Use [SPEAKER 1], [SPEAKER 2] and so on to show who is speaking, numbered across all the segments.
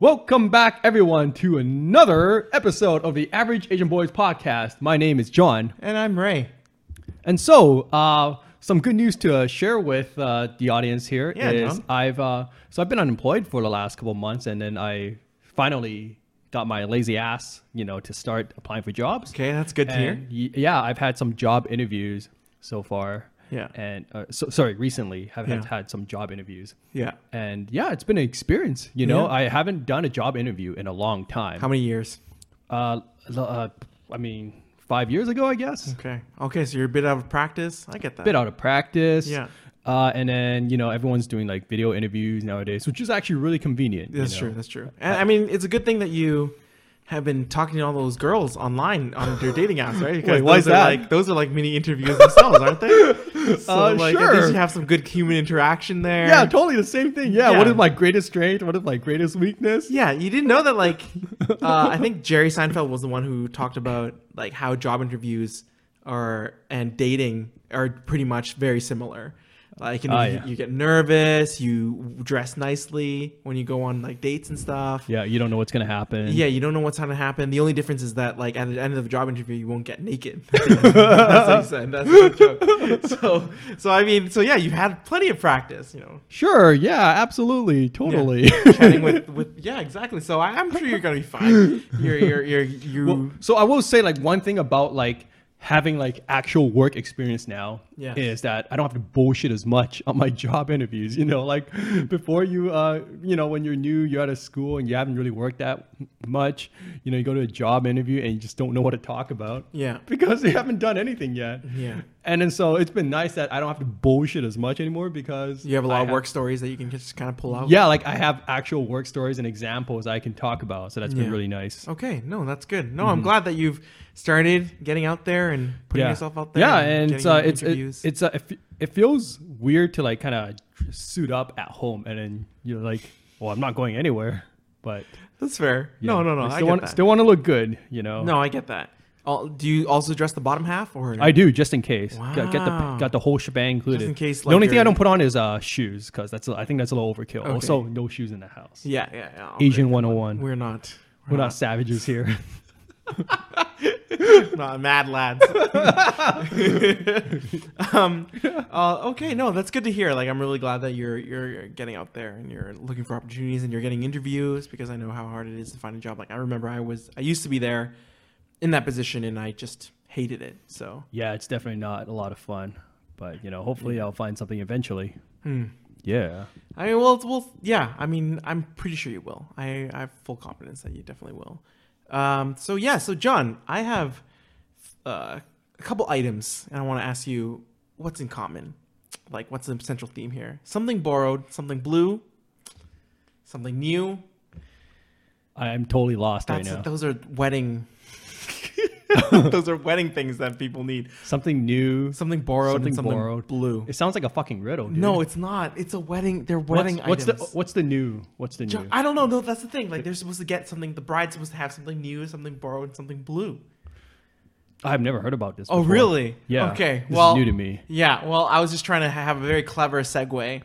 [SPEAKER 1] Welcome back, everyone, to another episode of the Average Asian Boys podcast. My name is John,
[SPEAKER 2] And I'm Ray.
[SPEAKER 1] and so uh, some good news to uh, share with uh, the audience here
[SPEAKER 2] Yeah,
[SPEAKER 1] is
[SPEAKER 2] John.
[SPEAKER 1] I've uh, so I've been unemployed for the last couple of months, and then I finally got my lazy ass, you know, to start applying for jobs.
[SPEAKER 2] Okay, that's good to hear.
[SPEAKER 1] And y- yeah, I've had some job interviews so far.
[SPEAKER 2] Yeah.
[SPEAKER 1] And uh, so, sorry, recently have had
[SPEAKER 2] Yeah.
[SPEAKER 1] had some job interviews.
[SPEAKER 2] Yeah.
[SPEAKER 1] And yeah, it's been an experience. You know,
[SPEAKER 2] Yeah.
[SPEAKER 1] I haven't done a job interview in a long time.
[SPEAKER 2] How many years?
[SPEAKER 1] Uh, l- uh, I mean, five years ago, I guess.
[SPEAKER 2] Okay. Okay, so you're a bit out of practice. I get that.
[SPEAKER 1] Bit out of practice.
[SPEAKER 2] Yeah.
[SPEAKER 1] Uh, and then you know everyone's doing like video interviews nowadays, which is actually really convenient. you
[SPEAKER 2] That's
[SPEAKER 1] know?
[SPEAKER 2] true. That's true. And I mean, it's a good thing that you have been talking to all those girls online on their dating apps, right?
[SPEAKER 1] Wait, why
[SPEAKER 2] those
[SPEAKER 1] is
[SPEAKER 2] are
[SPEAKER 1] that?
[SPEAKER 2] like those are like mini interviews themselves, aren't they? So
[SPEAKER 1] Uh,
[SPEAKER 2] like at
[SPEAKER 1] sure.
[SPEAKER 2] least you have some good human interaction there.
[SPEAKER 1] Yeah, totally the same thing. Yeah, What
[SPEAKER 2] Yeah.
[SPEAKER 1] is my greatest strength? What is my greatest weakness?
[SPEAKER 2] Yeah, you didn't know that. Like, uh, I think Jerry Seinfeld was the one who talked about like how job interviews are and dating are pretty much very similar. Like, you, know,
[SPEAKER 1] Ah,
[SPEAKER 2] you-
[SPEAKER 1] yeah.
[SPEAKER 2] you, get nervous, you dress nicely when you go on like dates and stuff.
[SPEAKER 1] Yeah, you don't know what's gonna happen.
[SPEAKER 2] Yeah, you don't know what's gonna happen. The only difference is that like at the end of the job interview, you won't get naked. That's what he said. That's a joke. So, so I mean, so yeah, you've had plenty of practice, you know.
[SPEAKER 1] Sure. Yeah. Absolutely. Totally.
[SPEAKER 2] chatting with, with yeah exactly so I, i'm sure you're gonna be fine you're you're you're you
[SPEAKER 1] Well, so I will say like one thing about like having like actual work experience now
[SPEAKER 2] Yeah.
[SPEAKER 1] is that I don't have to bullshit as much on my job interviews. You know, like before you, uh, you know, when you're new, you're out of school and you haven't really worked that much. You know, you go to a job interview and you just don't know what to talk about.
[SPEAKER 2] Yeah.
[SPEAKER 1] because you haven't done anything yet.
[SPEAKER 2] Yeah.
[SPEAKER 1] and then so it's been nice that I don't have to bullshit as much anymore because
[SPEAKER 2] you have a lot
[SPEAKER 1] I
[SPEAKER 2] of work stories that you can just kind of pull out
[SPEAKER 1] Yeah, like I have actual work stories and examples I can talk about. So that's been
[SPEAKER 2] Yeah.
[SPEAKER 1] really nice.
[SPEAKER 2] okay no that's good no i'm glad that you've started getting out there and putting yourself out there
[SPEAKER 1] Mm-hmm. Yeah, and it's uh,
[SPEAKER 2] getting in
[SPEAKER 1] it's it,
[SPEAKER 2] interviews.
[SPEAKER 1] it's uh, it, fe- it feels weird to like kind of suit up at home and then you're like, well, I'm not going anywhere, but
[SPEAKER 2] that's fair
[SPEAKER 1] yeah,
[SPEAKER 2] no no no
[SPEAKER 1] I
[SPEAKER 2] i
[SPEAKER 1] still
[SPEAKER 2] get
[SPEAKER 1] want
[SPEAKER 2] that
[SPEAKER 1] still want to look good, you know.
[SPEAKER 2] no i get that Al- do you also dress the bottom half or
[SPEAKER 1] I do just in case. Got- Get the
[SPEAKER 2] Wow.
[SPEAKER 1] got the whole shebang included.
[SPEAKER 2] in case,
[SPEAKER 1] the
[SPEAKER 2] like,
[SPEAKER 1] only thing I
[SPEAKER 2] you're-
[SPEAKER 1] don't put on is uh shoes because that's a- I think that's a little overkill.
[SPEAKER 2] Okay.
[SPEAKER 1] Also, no shoes in the house.
[SPEAKER 2] yeah yeah, yeah okay.
[SPEAKER 1] Asian 101. We're,
[SPEAKER 2] we're not
[SPEAKER 1] we're not savages here.
[SPEAKER 2] not mad lads. um, uh, okay, no, that's good to hear. Like, I'm really glad that you're you're getting out there and you're looking for opportunities and you're getting interviews because I know how hard it is to find a job. Like, I remember I was I used to be there in that position and I just hated it. So
[SPEAKER 1] yeah, it's definitely not a lot of fun, but you know, hopefully I'll find something eventually.
[SPEAKER 2] Hmm.
[SPEAKER 1] Yeah.
[SPEAKER 2] I mean, well, well, yeah. I mean, I'm pretty sure you will. I, I have full confidence that you definitely will. Um, so yeah, so John, I have uh, a couple items, and I want to ask you what's in common, like what's the central theme here? Something borrowed, something blue, something new.
[SPEAKER 1] I am totally lost
[SPEAKER 2] That's
[SPEAKER 1] right now.
[SPEAKER 2] those are wedding. those are wedding things that people need.
[SPEAKER 1] Something new.
[SPEAKER 2] Something borrowed,
[SPEAKER 1] Something
[SPEAKER 2] and something
[SPEAKER 1] borrowed.
[SPEAKER 2] blue.
[SPEAKER 1] It sounds like a fucking riddle, dude.
[SPEAKER 2] No, it's not. It's a wedding. They're
[SPEAKER 1] what's,
[SPEAKER 2] wedding
[SPEAKER 1] what's the
[SPEAKER 2] items.
[SPEAKER 1] what's the new? What's the new?
[SPEAKER 2] I don't know. No, that's the thing. Like they're supposed to get something. The bride's supposed to have something new, something borrowed, something blue.
[SPEAKER 1] I've never heard about this.
[SPEAKER 2] Oh,
[SPEAKER 1] before.
[SPEAKER 2] really?
[SPEAKER 1] Yeah.
[SPEAKER 2] Okay.
[SPEAKER 1] This is
[SPEAKER 2] well,
[SPEAKER 1] new to me.
[SPEAKER 2] Yeah. Well, I was just trying to ha- have a very clever segue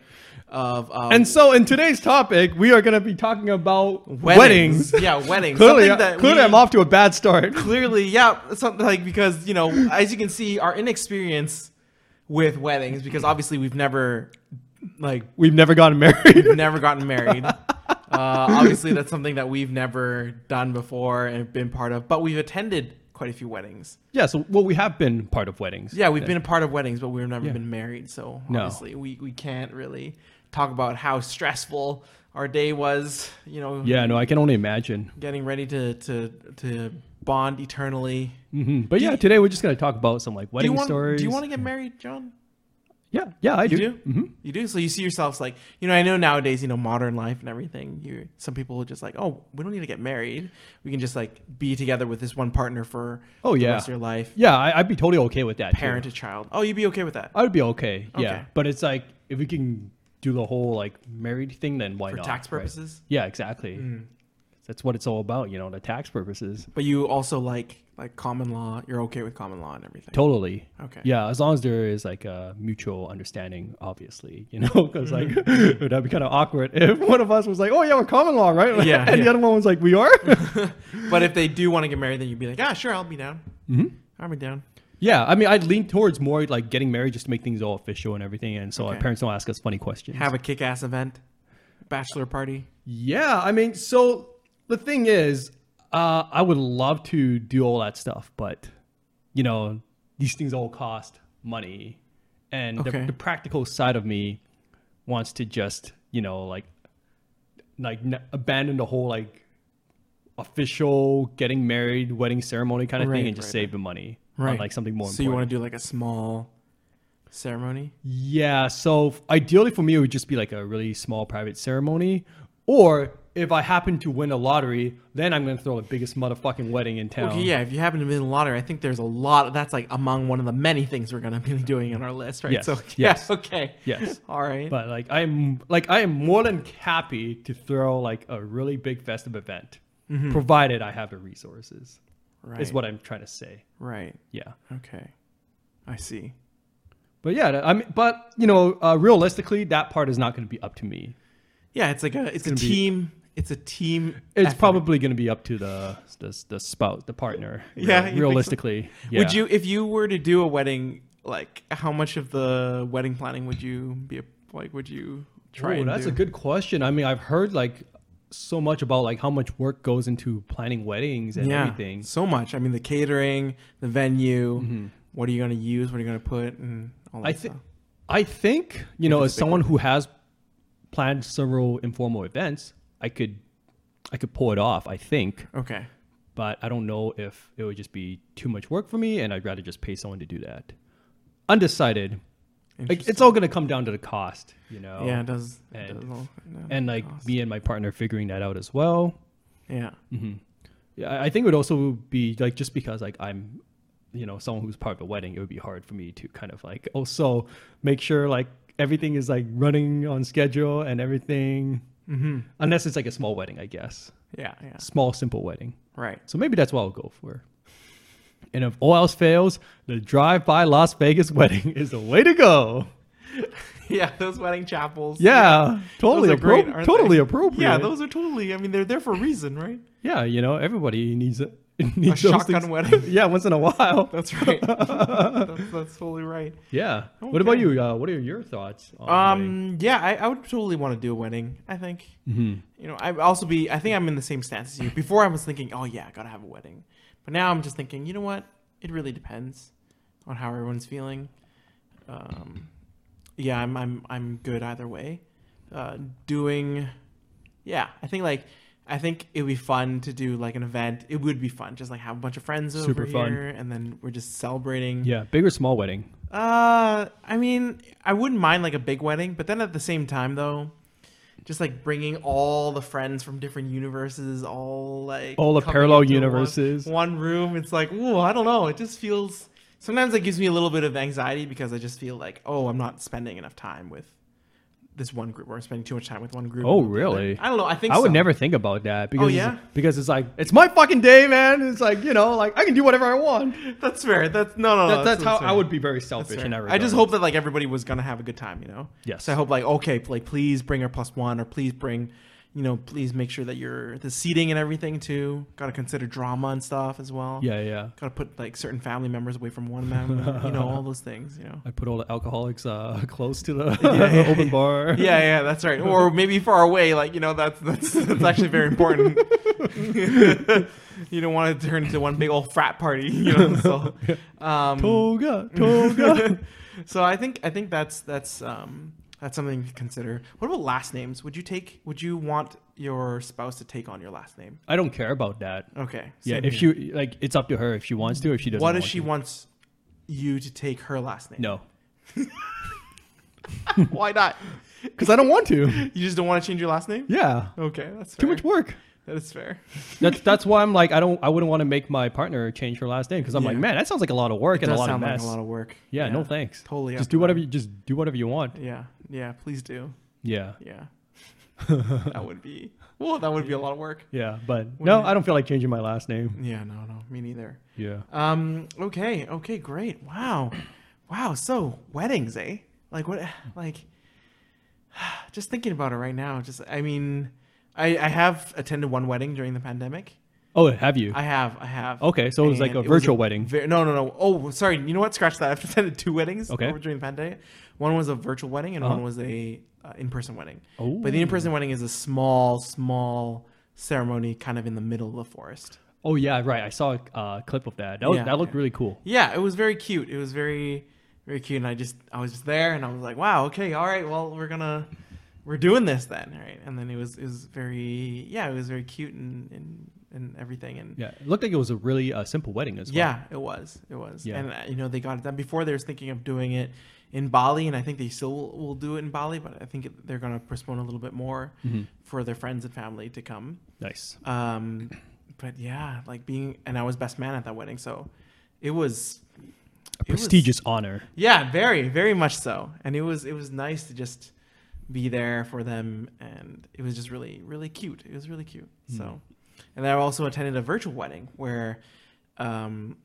[SPEAKER 2] of um,
[SPEAKER 1] And so, in today's topic, we are going to be talking about weddings.
[SPEAKER 2] Yeah, weddings.
[SPEAKER 1] Clearly, uh,
[SPEAKER 2] Something that
[SPEAKER 1] clearly,
[SPEAKER 2] we-
[SPEAKER 1] I'm off to a bad start.
[SPEAKER 2] Clearly, yeah. Something like because you know, as you can see, our inexperience with weddings because obviously we've never like
[SPEAKER 1] We've never gotten married.
[SPEAKER 2] We've never gotten married. Uh, obviously, that's something that we've never done before and been part of, but we've attended quite a few weddings.
[SPEAKER 1] yeah. So, well, we have been part of weddings.
[SPEAKER 2] Yeah, we've been a part of weddings, but we've never been married. So
[SPEAKER 1] No.
[SPEAKER 2] obviously, we, we can't really talk about how stressful our day was, you know,
[SPEAKER 1] Yeah. No, I can only imagine.
[SPEAKER 2] getting ready to, to, to bond eternally.
[SPEAKER 1] hmm But yeah, today we're just going to talk about some like
[SPEAKER 2] Do you,
[SPEAKER 1] wedding
[SPEAKER 2] want,
[SPEAKER 1] stories.
[SPEAKER 2] do you want to get married, John?
[SPEAKER 1] Yeah. Yeah, I do.
[SPEAKER 2] You do? You do? So you see yourselves like, you know, I know nowadays, you know, modern life and everything, you some people are just like, oh, we don't need to get married. We can just like be together with this one partner for
[SPEAKER 1] Oh,
[SPEAKER 2] the
[SPEAKER 1] yeah.
[SPEAKER 2] rest of your life,
[SPEAKER 1] Yeah, I, I'd be totally okay with that. too.
[SPEAKER 2] parent to child. Oh, you'd be okay with that?
[SPEAKER 1] I would be okay. Yeah.
[SPEAKER 2] Okay.
[SPEAKER 1] But it's like if we can do the whole like married thing, then why
[SPEAKER 2] For
[SPEAKER 1] not?
[SPEAKER 2] tax
[SPEAKER 1] right?
[SPEAKER 2] purposes? Mm.
[SPEAKER 1] Yeah, exactly. that's what it's all about, you know, the tax purposes.
[SPEAKER 2] But you also like like common law. You're okay with common law and everything.
[SPEAKER 1] Totally.
[SPEAKER 2] Okay.
[SPEAKER 1] Yeah, as long as there is like a mutual understanding, obviously, you know, because like
[SPEAKER 2] Mm-hmm.
[SPEAKER 1] it would be kind of awkward if one of us was like, "Oh yeah, we're common law, right?"
[SPEAKER 2] Yeah,
[SPEAKER 1] and the
[SPEAKER 2] yeah.
[SPEAKER 1] other one was like, "We are."
[SPEAKER 2] But if they do want to get married, then you'd be like, ah, sure, I'll be down.
[SPEAKER 1] Mhm.
[SPEAKER 2] I'll be down.
[SPEAKER 1] yeah, I mean, I'd lean towards more like getting married just to make things all official and everything, and so our
[SPEAKER 2] Okay.
[SPEAKER 1] parents don't ask us funny questions.
[SPEAKER 2] Have a kick-ass event, bachelor party.
[SPEAKER 1] Yeah, I mean, so the thing is, uh, I would love to do all that stuff, but you know, these things all cost money, and
[SPEAKER 2] Okay.
[SPEAKER 1] the, the practical side of me wants to just you know like like n- abandon the whole like official getting married wedding ceremony kind of
[SPEAKER 2] Right,
[SPEAKER 1] thing and just
[SPEAKER 2] right,
[SPEAKER 1] save the money on,
[SPEAKER 2] Right.
[SPEAKER 1] like something more
[SPEAKER 2] so
[SPEAKER 1] important.
[SPEAKER 2] you want to do like a small ceremony?
[SPEAKER 1] Yeah, so f- ideally for me, it would just be like a really small private ceremony. Or if I happen to win a lottery, then I'm going to throw the biggest motherfucking wedding in town.
[SPEAKER 2] Okay, yeah. If you happen to be in the lottery, I think there's a lot. That's like among one of the many things we're gonna be doing on our list, right?
[SPEAKER 1] Yes,
[SPEAKER 2] So yeah,
[SPEAKER 1] yes.
[SPEAKER 2] okay,
[SPEAKER 1] Yes.
[SPEAKER 2] all right.
[SPEAKER 1] But like I'm like I am more than happy to throw like a really big festive event, provided I have the resources.
[SPEAKER 2] Mm-hmm. right,
[SPEAKER 1] Is what I'm trying to say.
[SPEAKER 2] right.
[SPEAKER 1] Yeah.
[SPEAKER 2] Okay, I see.
[SPEAKER 1] But yeah, I mean, but you know, uh, realistically, that part is not going to be up to me.
[SPEAKER 2] Yeah, it's like a it's, a
[SPEAKER 1] gonna be-
[SPEAKER 2] team. It's a team.
[SPEAKER 1] It's
[SPEAKER 2] effort.
[SPEAKER 1] probably going to be up to the the, the spout, the partner.
[SPEAKER 2] Yeah, you think so?
[SPEAKER 1] realistically. Yeah.
[SPEAKER 2] Would you if you were to do a wedding? Like, how much of the wedding planning would you be a, like? Would you try?
[SPEAKER 1] Oh,
[SPEAKER 2] and
[SPEAKER 1] that's
[SPEAKER 2] do?
[SPEAKER 1] a good question. I mean, I've heard like so much about like how much work goes into planning weddings and everything.
[SPEAKER 2] So much. I mean, the catering, the venue. What are you going to use? What are you going to put? And all
[SPEAKER 1] Mm-hmm.
[SPEAKER 2] that
[SPEAKER 1] I think,
[SPEAKER 2] stuff.
[SPEAKER 1] I think you know,
[SPEAKER 2] it's
[SPEAKER 1] as
[SPEAKER 2] a big
[SPEAKER 1] someone who has planned several informal events, I could, I could pull it off. I think,
[SPEAKER 2] Okay.
[SPEAKER 1] but I don't know if it would just be too much work for me, and I'd rather just pay someone to do that. Undecided. Like,
[SPEAKER 2] Interesting.
[SPEAKER 1] it's all going to come down to the cost, you know.
[SPEAKER 2] yeah, it does. it
[SPEAKER 1] Oh, and-
[SPEAKER 2] does all- no,
[SPEAKER 1] And like
[SPEAKER 2] cost.
[SPEAKER 1] me and my partner figuring that out as well.
[SPEAKER 2] yeah.
[SPEAKER 1] Yeah, I- I think it would also be like just because like I'm, you know, someone who's part of the wedding, it would be hard for me to kind of like also make sure like everything is like running on schedule and everything. Mm-hmm. Unless it's like a small wedding, I guess,
[SPEAKER 2] Yeah. Yeah.
[SPEAKER 1] small simple wedding.
[SPEAKER 2] Right.
[SPEAKER 1] So maybe that's what I'll go for. And if all else fails, the drive-by Las Vegas wedding is the way to go.
[SPEAKER 2] Yeah. Those wedding chapels.
[SPEAKER 1] Yeah, totally,
[SPEAKER 2] Those are great,
[SPEAKER 1] appro-
[SPEAKER 2] aren't
[SPEAKER 1] totally
[SPEAKER 2] they?
[SPEAKER 1] appropriate.
[SPEAKER 2] Yeah. Those are totally. I mean, they're there for a reason, right?
[SPEAKER 1] yeah, you know, everybody needs a, needs those
[SPEAKER 2] shotgun
[SPEAKER 1] things.
[SPEAKER 2] wedding.
[SPEAKER 1] Yeah, once in a while.
[SPEAKER 2] That's right. that's, that's totally right.
[SPEAKER 1] Yeah. What about
[SPEAKER 2] Okay.
[SPEAKER 1] you? Uh, what are your thoughts? On wedding?
[SPEAKER 2] Um. Yeah. I, I would totally want to do a wedding. I think.
[SPEAKER 1] Mm-hmm.
[SPEAKER 2] You know, I would also be. I think I'm in the same stance as you. Before I was thinking, oh yeah, I gotta have a wedding, but now I'm just thinking, you know what? It really depends on how everyone's feeling. Um, yeah, I'm I'm I'm good either way. Uh, doing, yeah, I think like. I think it would be fun to do like an event. It would be fun, just like have a bunch of friends over
[SPEAKER 1] Super fun.
[SPEAKER 2] here, and then we're just celebrating.
[SPEAKER 1] yeah, big or small wedding.
[SPEAKER 2] Uh, I mean, I wouldn't mind like a big wedding, but then at the same time though, just like bringing all the friends from different universes, all like
[SPEAKER 1] All the
[SPEAKER 2] coming
[SPEAKER 1] parallel
[SPEAKER 2] into one-
[SPEAKER 1] universes.
[SPEAKER 2] one, room. It's like, ooh, I don't know. It just feels sometimes it gives me a little bit of anxiety because I just feel like, oh, I'm not spending enough time with this one group, or I'm spending too much time with one group.
[SPEAKER 1] Oh,
[SPEAKER 2] and the other.
[SPEAKER 1] really?
[SPEAKER 2] I don't know. I think
[SPEAKER 1] I would
[SPEAKER 2] so. Oh,
[SPEAKER 1] never think about that because
[SPEAKER 2] yeah?
[SPEAKER 1] it's, because it's like it's my fucking day, man. It's like you know, like I can do whatever I want.
[SPEAKER 2] That's fair. Oh, That's no, no. no,
[SPEAKER 1] That, that's how
[SPEAKER 2] fair.
[SPEAKER 1] I would be very
[SPEAKER 2] That's
[SPEAKER 1] selfish
[SPEAKER 2] fair.
[SPEAKER 1] in that regard.
[SPEAKER 2] I just hope that like everybody was gonna have a good time, you know.
[SPEAKER 1] Yes.
[SPEAKER 2] So I hope like okay, like please bring a plus one, or please bring, you know, please make sure that you're the seating and everything too. Got to consider drama and stuff as well.
[SPEAKER 1] Yeah, yeah.
[SPEAKER 2] Got to put like certain family members away from one member, you know, all those things, you know.
[SPEAKER 1] I put all the alcoholics uh, close to the
[SPEAKER 2] yeah,
[SPEAKER 1] open
[SPEAKER 2] yeah.
[SPEAKER 1] bar.
[SPEAKER 2] Yeah, yeah, that's right. Or maybe far away, like you know, that's that's that's actually very important. you don't want to turn into one big old frat party, you know. So, um,
[SPEAKER 1] Toga, toga.
[SPEAKER 2] so I think I think that's that's um that's something to consider. What about last names? Would you take? Would you want your spouse to take on your last name?
[SPEAKER 1] I don't care about that.
[SPEAKER 2] Okay.
[SPEAKER 1] Yeah,
[SPEAKER 2] same
[SPEAKER 1] if
[SPEAKER 2] here.
[SPEAKER 1] she like, it's up to her if she wants to. If she doesn't,
[SPEAKER 2] What if
[SPEAKER 1] want
[SPEAKER 2] she
[SPEAKER 1] to.
[SPEAKER 2] wants you to take her last name?
[SPEAKER 1] No,
[SPEAKER 2] Why not?
[SPEAKER 1] because I don't want to.
[SPEAKER 2] You just don't want to change your last name?
[SPEAKER 1] Yeah,
[SPEAKER 2] Okay, that's
[SPEAKER 1] too
[SPEAKER 2] fair.
[SPEAKER 1] much work.
[SPEAKER 2] That is fair.
[SPEAKER 1] That's that's why I'm like I don't I wouldn't want to make my partner change her last name because I'm like
[SPEAKER 2] Yeah.
[SPEAKER 1] man that sounds like a lot of work and a
[SPEAKER 2] does
[SPEAKER 1] lot of
[SPEAKER 2] sound
[SPEAKER 1] mess.
[SPEAKER 2] like a lot of work.
[SPEAKER 1] yeah, no thanks.
[SPEAKER 2] Totally
[SPEAKER 1] Just
[SPEAKER 2] up
[SPEAKER 1] do
[SPEAKER 2] to
[SPEAKER 1] whatever you just do whatever you want.
[SPEAKER 2] Yeah. Yeah. Please do.
[SPEAKER 1] Yeah.
[SPEAKER 2] Yeah. that would be well, that would be a lot of work.
[SPEAKER 1] Yeah, but no, I don't feel like changing my last name.
[SPEAKER 2] Yeah, no, no, me neither.
[SPEAKER 1] Yeah.
[SPEAKER 2] Um. Okay. Okay. Great. Wow. Wow. So weddings, eh? Like what? Like, just thinking about it right now. Just, I mean, I I have attended one wedding during the pandemic.
[SPEAKER 1] Oh, have you?
[SPEAKER 2] I have. I have.
[SPEAKER 1] Okay, so it was like
[SPEAKER 2] And
[SPEAKER 1] a
[SPEAKER 2] it was
[SPEAKER 1] virtual wedding.
[SPEAKER 2] ve- no, no, no. Oh, sorry. You know what? Scratch that. I've attended two weddings
[SPEAKER 1] Okay.
[SPEAKER 2] over during the pandemic. One was a virtual wedding, and one
[SPEAKER 1] Uh-huh.
[SPEAKER 2] was a uh, in-person wedding.
[SPEAKER 1] Oh.
[SPEAKER 2] But the in-person wedding is a small, small ceremony, kind of in the middle of the forest.
[SPEAKER 1] oh yeah, right. I saw a uh, clip of that. That, was,
[SPEAKER 2] Yeah,
[SPEAKER 1] that looked
[SPEAKER 2] yeah.
[SPEAKER 1] really cool.
[SPEAKER 2] Yeah, it was very cute. It was very, very cute. And I just, I was just there, and I was like, wow, okay, all right, well, we're gonna, we're doing this then, right? And then it was, it was very, yeah, it was very cute and and, and everything, and
[SPEAKER 1] Yeah, it looked like it was a really uh, simple wedding as well.
[SPEAKER 2] yeah, it was, it was,
[SPEAKER 1] Yeah.
[SPEAKER 2] and uh, you know they got it done before. They was thinking of doing it in Bali, and I think they still will, will do it in Bali, but I think it, they're gonna postpone a little bit more
[SPEAKER 1] Mm-hmm.
[SPEAKER 2] for their friends and family to come.
[SPEAKER 1] Nice.
[SPEAKER 2] Um, but yeah, like being, and I was best man at that wedding, so it was.
[SPEAKER 1] A
[SPEAKER 2] it was-
[SPEAKER 1] prestigious honor.
[SPEAKER 2] yeah, very, very much so. And it was it was nice to just be there for them, and it was just really, really cute. It was really cute. So, and I also attended a virtual wedding where um,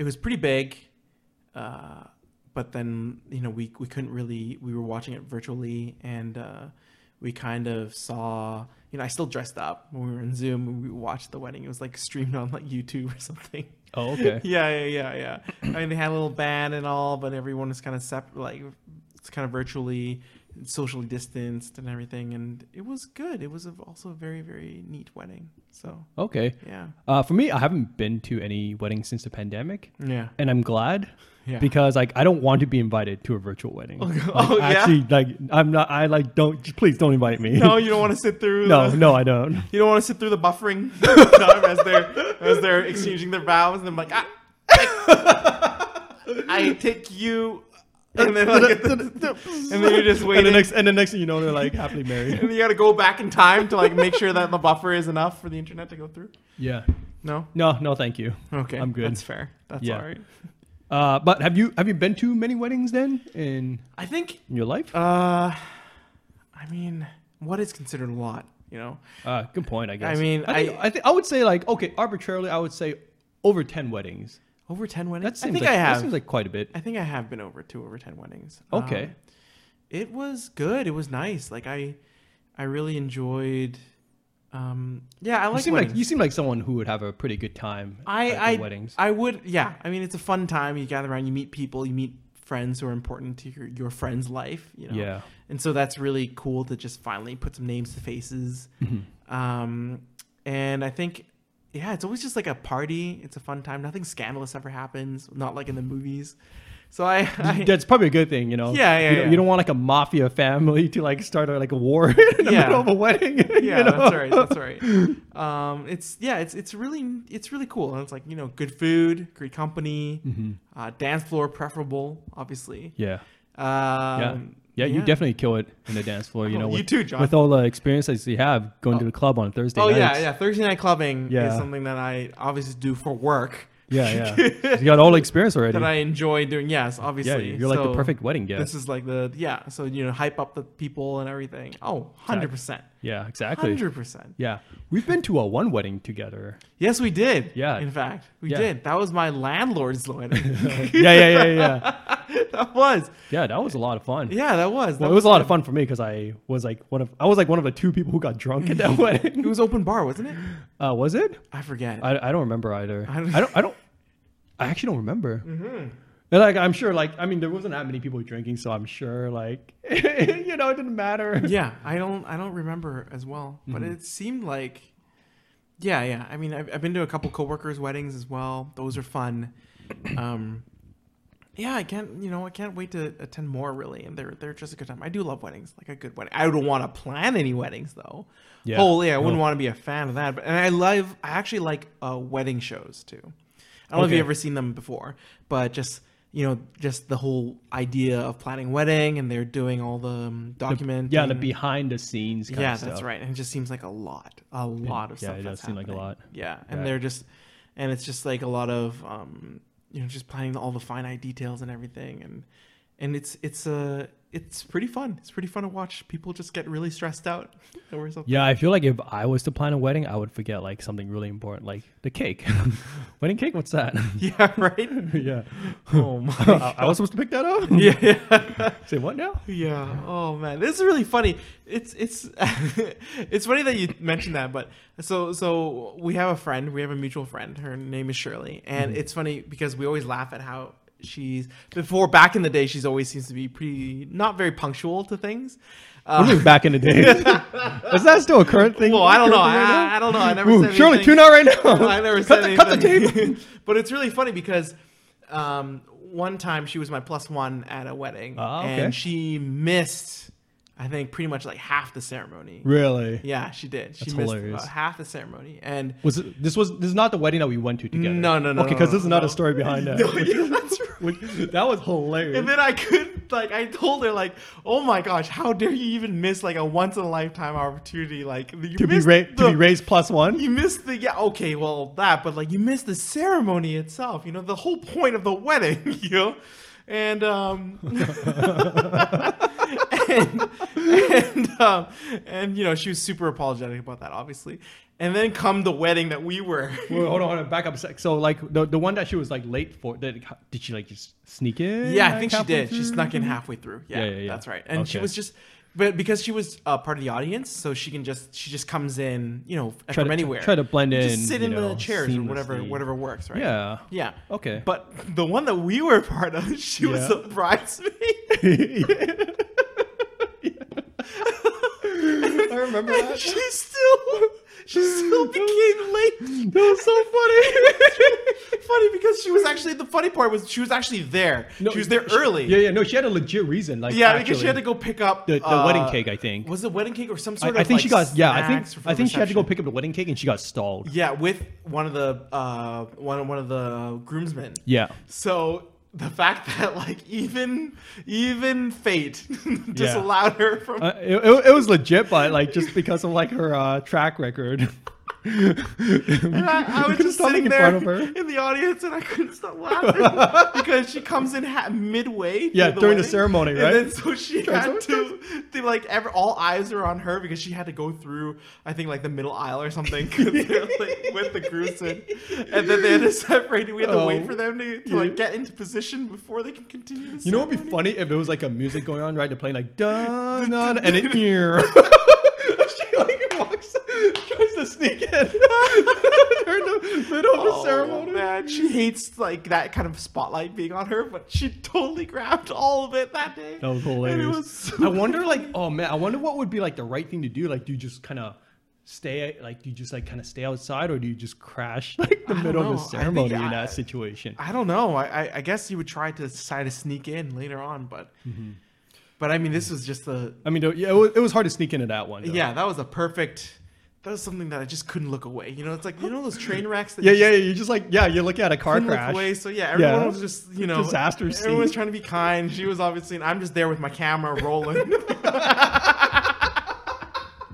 [SPEAKER 2] it was pretty big, uh, but then you know we we couldn't really we were watching it virtually, and uh, we kind of saw. You know, I still dressed up when we were in Zoom. and We watched the wedding. It was like streamed on like YouTube or something.
[SPEAKER 1] Oh, okay.
[SPEAKER 2] Yeah, yeah, yeah, yeah. I mean, they had a little band and all, but everyone was kind of sep- like it's kind of virtually socially distanced and everything, and it was good. It was a, also a very, very neat wedding. So
[SPEAKER 1] Okay.
[SPEAKER 2] yeah,
[SPEAKER 1] Uh, for me, I haven't been to any weddings since the pandemic,
[SPEAKER 2] yeah,
[SPEAKER 1] and I'm glad
[SPEAKER 2] yeah.
[SPEAKER 1] because like I don't want to be invited to a virtual wedding.
[SPEAKER 2] Oh,
[SPEAKER 1] Like,
[SPEAKER 2] oh, yeah?
[SPEAKER 1] Actually, like I'm not. I like don't. just please don't invite me.
[SPEAKER 2] no, you don't want to sit through.
[SPEAKER 1] no,
[SPEAKER 2] the-
[SPEAKER 1] no, I don't.
[SPEAKER 2] You don't want to sit through the buffering time as they're as they're exchanging their vows, and I'm like, ah, I take you, and then like, and then you're just waiting.
[SPEAKER 1] And the next, and the next thing you know, they're like happily married.
[SPEAKER 2] and you got to go back in time to like make sure that the buffer is enough for the internet to go through.
[SPEAKER 1] yeah.
[SPEAKER 2] No.
[SPEAKER 1] No, no, thank you.
[SPEAKER 2] Okay.
[SPEAKER 1] I'm good.
[SPEAKER 2] That's fair. That's
[SPEAKER 1] Yeah.
[SPEAKER 2] all right.
[SPEAKER 1] Uh, but have you have you been to many weddings then in,
[SPEAKER 2] I think.
[SPEAKER 1] in your life?
[SPEAKER 2] Uh, I mean, what is considered a lot? You know.
[SPEAKER 1] Uh, good point. I guess.
[SPEAKER 2] mean,
[SPEAKER 1] I think,
[SPEAKER 2] I-
[SPEAKER 1] I, think I would say like okay, arbitrarily, I would say over ten weddings.
[SPEAKER 2] Over ten
[SPEAKER 1] That
[SPEAKER 2] weddings.
[SPEAKER 1] seems
[SPEAKER 2] I think
[SPEAKER 1] like,
[SPEAKER 2] I
[SPEAKER 1] That
[SPEAKER 2] have.
[SPEAKER 1] seems like quite a bit.
[SPEAKER 2] I think I have been over to over ten weddings.
[SPEAKER 1] Okay.
[SPEAKER 2] Um, it was good. It was nice. Like I, I really enjoyed. Um. Yeah, I
[SPEAKER 1] you
[SPEAKER 2] like
[SPEAKER 1] seem
[SPEAKER 2] weddings.
[SPEAKER 1] like you seem like someone who would have a pretty good time.
[SPEAKER 2] I,
[SPEAKER 1] at the
[SPEAKER 2] I,
[SPEAKER 1] weddings.
[SPEAKER 2] I would, yeah. I mean, it's a fun time. You gather around, you meet people, you meet friends who are important to your, your friend's life, you know?
[SPEAKER 1] Yeah.
[SPEAKER 2] And so that's really cool to just finally put some names to faces.
[SPEAKER 1] Mm-hmm.
[SPEAKER 2] Um, and I think, yeah, it's always just like a party. It's a fun time. Nothing scandalous ever happens, not like in the movies. So I, I
[SPEAKER 1] That's probably a good thing, you know.
[SPEAKER 2] Yeah, yeah,
[SPEAKER 1] You, don't-
[SPEAKER 2] yeah.
[SPEAKER 1] you don't want like a mafia family to like start a, like a war in the
[SPEAKER 2] Yeah.
[SPEAKER 1] middle of a wedding. you
[SPEAKER 2] yeah, that's
[SPEAKER 1] know?
[SPEAKER 2] right. That's right. Um, it's yeah, it's it's really it's really cool, and it's like you know, good food, great company,
[SPEAKER 1] Mm-hmm.
[SPEAKER 2] uh, dance floor preferable, obviously.
[SPEAKER 1] Yeah. Yeah.
[SPEAKER 2] Um,
[SPEAKER 1] yeah, you definitely kill it in the dance floor, you
[SPEAKER 2] Oh,
[SPEAKER 1] know.
[SPEAKER 2] you
[SPEAKER 1] With,
[SPEAKER 2] too, John.
[SPEAKER 1] With all the experiences you have going to the club on Thursday
[SPEAKER 2] Oh yeah,
[SPEAKER 1] nights.
[SPEAKER 2] yeah. Thursday night clubbing is
[SPEAKER 1] Yeah.
[SPEAKER 2] something that I obviously do for work.
[SPEAKER 1] yeah, yeah. you got all the experience already.
[SPEAKER 2] That I enjoy doing. Yes, obviously.
[SPEAKER 1] yeah, you're like the
[SPEAKER 2] So
[SPEAKER 1] perfect wedding
[SPEAKER 2] This
[SPEAKER 1] guest.
[SPEAKER 2] is like the yeah. So you know, hype up the people and everything. Oh, 100 percent,
[SPEAKER 1] yeah, exactly.
[SPEAKER 2] hundred percent.
[SPEAKER 1] Yeah, we've been to a one wedding together.
[SPEAKER 2] Yes, we did.
[SPEAKER 1] Yeah.
[SPEAKER 2] in fact, we
[SPEAKER 1] Yeah.
[SPEAKER 2] did. That was my landlord's wedding.
[SPEAKER 1] Yeah, yeah, yeah, yeah.
[SPEAKER 2] that was.
[SPEAKER 1] yeah, that was a lot of fun.
[SPEAKER 2] Yeah, that was. That
[SPEAKER 1] Well, it was a lot of fun for me because I was like one of I was like one of the two people who got drunk at that
[SPEAKER 2] It
[SPEAKER 1] wedding.
[SPEAKER 2] was open bar, wasn't it?
[SPEAKER 1] Uh, was it?
[SPEAKER 2] I forget.
[SPEAKER 1] I, I don't remember either.
[SPEAKER 2] I
[SPEAKER 1] I
[SPEAKER 2] don't- Mm-hmm.
[SPEAKER 1] don't. I don't. I, actually don't remember. And like I'm sure, like I mean, there wasn't that many people drinking, so I'm sure, like you know, it didn't matter.
[SPEAKER 2] yeah, I don't. I don't remember as well, but
[SPEAKER 1] Mm-hmm.
[SPEAKER 2] it seemed like. Yeah, yeah. I mean, I've, I've been to a couple coworkers' weddings as well. Those are fun. Um, yeah, I can't. You know, I can't wait to attend more. Really, and they're they're just a good time. I do love weddings, like a good wedding. I don't want to plan any weddings though.
[SPEAKER 1] Yeah,
[SPEAKER 2] Holy, I wouldn't
[SPEAKER 1] no.
[SPEAKER 2] want to be a fan of that. But and I love. I actually like uh, wedding shows too. I don't know if
[SPEAKER 1] Okay.
[SPEAKER 2] you've ever seen them before, but just you know, just the whole idea of planning wedding and they're doing all the um, document.
[SPEAKER 1] Yeah, the behind the scenes. Kind
[SPEAKER 2] Yeah,
[SPEAKER 1] of stuff.
[SPEAKER 2] that's right. And it just seems like a lot, a lot of
[SPEAKER 1] yeah,
[SPEAKER 2] stuff.
[SPEAKER 1] it
[SPEAKER 2] that's
[SPEAKER 1] does seem like a
[SPEAKER 2] happening.
[SPEAKER 1] lot.
[SPEAKER 2] Yeah, and
[SPEAKER 1] Yeah.
[SPEAKER 2] they're just, and it's just like a lot of, um, you know, just planning all the finite details and everything, and and it's it's uh, it's pretty fun. It's pretty fun to watch. People just get really stressed out over something.
[SPEAKER 1] Yeah, I feel like if I was to plan a wedding, I would forget like something really important, like the cake. wedding cake, what's that?
[SPEAKER 2] Yeah, right.
[SPEAKER 1] yeah.
[SPEAKER 2] Oh my.
[SPEAKER 1] I, I was supposed to pick that up?
[SPEAKER 2] Yeah, yeah.
[SPEAKER 1] Say what now?
[SPEAKER 2] Yeah. Oh man, this is really funny. It's it's it's funny that you mentioned that, but so so we have a friend, we have a mutual friend. Her name is Shirley, and
[SPEAKER 1] Mm-hmm.
[SPEAKER 2] it's funny because we always laugh at how she's before back in the day. She's always seems to be pretty not very punctual to things.
[SPEAKER 1] What do
[SPEAKER 2] Uh,
[SPEAKER 1] you mean back in the day? Is that still a current thing?
[SPEAKER 2] well, I don't know.
[SPEAKER 1] current thing right now?
[SPEAKER 2] I, I don't know. I never
[SPEAKER 1] Ooh,
[SPEAKER 2] said
[SPEAKER 1] Shirley,
[SPEAKER 2] anything.
[SPEAKER 1] tune out right now.
[SPEAKER 2] I never
[SPEAKER 1] cut
[SPEAKER 2] said
[SPEAKER 1] the, cut the
[SPEAKER 2] anything.
[SPEAKER 1] tape.
[SPEAKER 2] but it's really funny because um, one time she was my plus one at a wedding,
[SPEAKER 1] Ah, okay.
[SPEAKER 2] and she missed, I think, pretty much like half the ceremony.
[SPEAKER 1] really?
[SPEAKER 2] Yeah, she did. She
[SPEAKER 1] That's
[SPEAKER 2] missed
[SPEAKER 1] hilarious.
[SPEAKER 2] about half the ceremony, and
[SPEAKER 1] Was it, this was this is not the wedding that we went to together?
[SPEAKER 2] No, no, no,
[SPEAKER 1] Okay,
[SPEAKER 2] no,
[SPEAKER 1] because
[SPEAKER 2] no,
[SPEAKER 1] this is not
[SPEAKER 2] no.
[SPEAKER 1] a story behind that.
[SPEAKER 2] No, yeah, that's right.
[SPEAKER 1] Which- that was hilarious.
[SPEAKER 2] And then I could like I told her like, oh my gosh, how dare you even miss like a once in a lifetime opportunity like you
[SPEAKER 1] to be
[SPEAKER 2] missed
[SPEAKER 1] ra- to
[SPEAKER 2] the-
[SPEAKER 1] be raised plus one.
[SPEAKER 2] You missed the yeah okay well that but like you missed the ceremony itself you know the whole point of the wedding you know and um and and, um, and you know she was super apologetic about that obviously and then come the wedding that we were
[SPEAKER 1] Wait, hold on, hold on, back up a sec. So like the the one that she was like late for, did, did she like just sneak in?
[SPEAKER 2] Yeah, I
[SPEAKER 1] like,
[SPEAKER 2] think she
[SPEAKER 1] halfway
[SPEAKER 2] did. She
[SPEAKER 1] through?
[SPEAKER 2] snuck in halfway through. Yeah,
[SPEAKER 1] Yeah, yeah, yeah.
[SPEAKER 2] that's right. And she
[SPEAKER 1] Okay.
[SPEAKER 2] was just, but because she was uh, part of the audience, so she can just she just comes in, you know,
[SPEAKER 1] Try
[SPEAKER 2] from
[SPEAKER 1] to-
[SPEAKER 2] anywhere.
[SPEAKER 1] try to blend
[SPEAKER 2] And
[SPEAKER 1] in,
[SPEAKER 2] Just sit
[SPEAKER 1] you
[SPEAKER 2] in the
[SPEAKER 1] know,
[SPEAKER 2] chairs or whatever,
[SPEAKER 1] seamlessly.
[SPEAKER 2] whatever works, right?
[SPEAKER 1] Yeah.
[SPEAKER 2] yeah.
[SPEAKER 1] Okay.
[SPEAKER 2] But the one that we were part of, she was
[SPEAKER 1] Yeah.
[SPEAKER 2] a bridesmaid.
[SPEAKER 1] I remember
[SPEAKER 2] and
[SPEAKER 1] that.
[SPEAKER 2] she still, she still became late.
[SPEAKER 1] That was so funny.
[SPEAKER 2] funny because she was actually the funny part was she was actually there.
[SPEAKER 1] No,
[SPEAKER 2] she was there early.
[SPEAKER 1] Yeah, yeah. No, she had a legit reason. Like
[SPEAKER 2] Yeah, because she had to
[SPEAKER 1] actually.
[SPEAKER 2] go pick up uh,
[SPEAKER 1] The- the wedding cake, I think.
[SPEAKER 2] Was it wedding cake or some
[SPEAKER 1] I,
[SPEAKER 2] sort
[SPEAKER 1] I
[SPEAKER 2] of?
[SPEAKER 1] think
[SPEAKER 2] like,
[SPEAKER 1] she got. Yeah, I
[SPEAKER 2] snacks
[SPEAKER 1] think
[SPEAKER 2] for
[SPEAKER 1] I think she had to go
[SPEAKER 2] reception?
[SPEAKER 1] pick up the wedding cake and she got stalled.
[SPEAKER 2] Yeah, with one of the uh one one of the groomsmen.
[SPEAKER 1] Yeah.
[SPEAKER 2] So the fact that like even even fate disallowed
[SPEAKER 1] Yeah.
[SPEAKER 2] her from
[SPEAKER 1] Uh, it, it, it was legit, but like just because of like her uh, track record.
[SPEAKER 2] And I, I was just
[SPEAKER 1] standing
[SPEAKER 2] sitting
[SPEAKER 1] in
[SPEAKER 2] there
[SPEAKER 1] front of her.
[SPEAKER 2] in the audience, and I couldn't stop laughing because she comes in ha- midway.
[SPEAKER 1] Yeah,
[SPEAKER 2] through
[SPEAKER 1] during the
[SPEAKER 2] wedding,
[SPEAKER 1] ceremony, right?
[SPEAKER 2] And then so she
[SPEAKER 1] Turns
[SPEAKER 2] had
[SPEAKER 1] over,
[SPEAKER 2] to, they, like, ever, all eyes are on her because she had to go through, I think, like the middle aisle or something 'cause they're, like, with the groomsmen, and then they had to separate. We had to
[SPEAKER 1] Oh.
[SPEAKER 2] wait for them to, to
[SPEAKER 1] Yeah.
[SPEAKER 2] like get into position before they can continue. The
[SPEAKER 1] You know what would be
[SPEAKER 2] ceremony.
[SPEAKER 1] funny if there was like a music going on, right? They're playing like dun dun and it ear. she like walks, tries to sneak in during the middle of the
[SPEAKER 2] Oh,
[SPEAKER 1] ceremony.
[SPEAKER 2] man, she hates like that kind of spotlight being on her, but she totally grabbed all of it that day.
[SPEAKER 1] That was
[SPEAKER 2] And it
[SPEAKER 1] hilarious.
[SPEAKER 2] was so
[SPEAKER 1] I wonder, like, oh man, I wonder what would be like the right thing to do. Like, do you just kind of stay, like, do you just like kind of stay outside, or do you just crash like the
[SPEAKER 2] don't
[SPEAKER 1] middle
[SPEAKER 2] know.
[SPEAKER 1] of
[SPEAKER 2] I
[SPEAKER 1] a
[SPEAKER 2] think
[SPEAKER 1] ceremony in
[SPEAKER 2] I-
[SPEAKER 1] that situation?
[SPEAKER 2] I don't know. I, I, I guess you would try to try to sneak in later on, but
[SPEAKER 1] Mm-hmm.
[SPEAKER 2] but I mean, this was just the
[SPEAKER 1] I mean, though, yeah, it was, it was hard to sneak into that one. though.
[SPEAKER 2] yeah. That was a perfect. That was something that I just couldn't look away. You know, it's like you know those train wrecks. That
[SPEAKER 1] yeah,
[SPEAKER 2] you
[SPEAKER 1] yeah.
[SPEAKER 2] just
[SPEAKER 1] You just like, yeah, you're looking at a car
[SPEAKER 2] couldn't
[SPEAKER 1] crash.
[SPEAKER 2] Look away. So yeah, everyone
[SPEAKER 1] Yeah.
[SPEAKER 2] was just you know
[SPEAKER 1] Disaster
[SPEAKER 2] Everyone was
[SPEAKER 1] scene.
[SPEAKER 2] trying to be kind. She was obviously, and I'm just there with my camera rolling.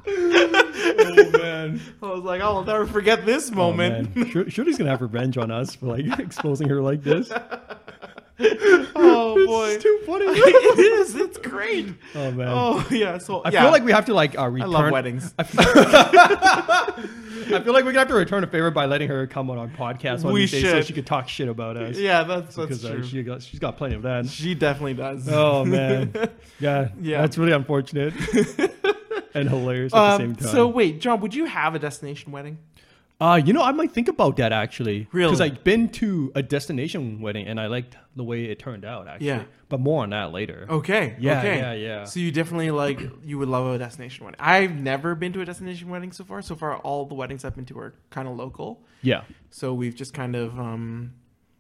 [SPEAKER 1] Oh man,
[SPEAKER 2] I was like, I'll never forget this
[SPEAKER 1] oh
[SPEAKER 2] moment.
[SPEAKER 1] man. Shir- Shirley's gonna have revenge on us for like exposing her like this.
[SPEAKER 2] Oh,
[SPEAKER 1] It's
[SPEAKER 2] boy,
[SPEAKER 1] too funny.
[SPEAKER 2] it is. It's great.
[SPEAKER 1] Oh man.
[SPEAKER 2] Oh yeah. So
[SPEAKER 1] I
[SPEAKER 2] yeah.
[SPEAKER 1] feel like we have to like uh,
[SPEAKER 2] I
[SPEAKER 1] return.
[SPEAKER 2] love weddings.
[SPEAKER 1] I feel like we're gonna have to return a favor by letting her come on our podcast one
[SPEAKER 2] We
[SPEAKER 1] of these days so
[SPEAKER 2] should.
[SPEAKER 1] she could talk shit about us.
[SPEAKER 2] Yeah, that's that's
[SPEAKER 1] because uh,
[SPEAKER 2] true.
[SPEAKER 1] she got she's got plenty of that.
[SPEAKER 2] She definitely does.
[SPEAKER 1] Oh man, yeah,
[SPEAKER 2] Yeah.
[SPEAKER 1] that's really unfortunate and hilarious at the same
[SPEAKER 2] Um,
[SPEAKER 1] time.
[SPEAKER 2] so wait, John, would you have a destination wedding?
[SPEAKER 1] uh, you know, I might think about that actually,
[SPEAKER 2] Really?
[SPEAKER 1] because I've been to a destination wedding and I liked the way it turned out actually.
[SPEAKER 2] Yeah. Oh.
[SPEAKER 1] but more on that later.
[SPEAKER 2] Okay.
[SPEAKER 1] Yeah,
[SPEAKER 2] okay.
[SPEAKER 1] yeah, yeah.
[SPEAKER 2] So you definitely like you would love a destination wedding. I've never been to a destination wedding so far. So far, all the weddings I've been to are kind of local.
[SPEAKER 1] Yeah,
[SPEAKER 2] So we've just kind of um,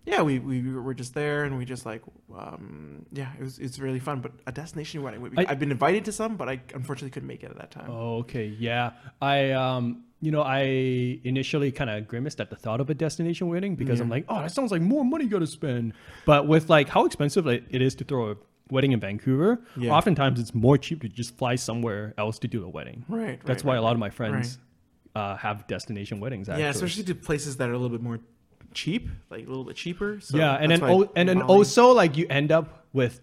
[SPEAKER 2] yeah, we we we were just there and we just like um, yeah, it was it's really fun. But a destination wedding would be.
[SPEAKER 1] I- Oh.
[SPEAKER 2] I've been invited to some, but I unfortunately couldn't make it at that time.
[SPEAKER 1] Okay, yeah. I um you know, I initially kind of grimaced at the thought of a destination wedding because I'm like, oh, that sounds like more money you got to spend. But with like how expensive it it is to throw a wedding in Vancouver,
[SPEAKER 2] Yeah.
[SPEAKER 1] oftentimes it's more cheap to just fly somewhere else to do the wedding.
[SPEAKER 2] Right.
[SPEAKER 1] That's
[SPEAKER 2] right,
[SPEAKER 1] why
[SPEAKER 2] right.
[SPEAKER 1] a lot of my friends uh, have destination weddings. Actually.
[SPEAKER 2] Yeah, especially to places that are a little bit more cheap, like a little bit cheaper. So
[SPEAKER 1] yeah, and
[SPEAKER 2] that's
[SPEAKER 1] then
[SPEAKER 2] why
[SPEAKER 1] oh, and then
[SPEAKER 2] Bali-
[SPEAKER 1] also like you end up with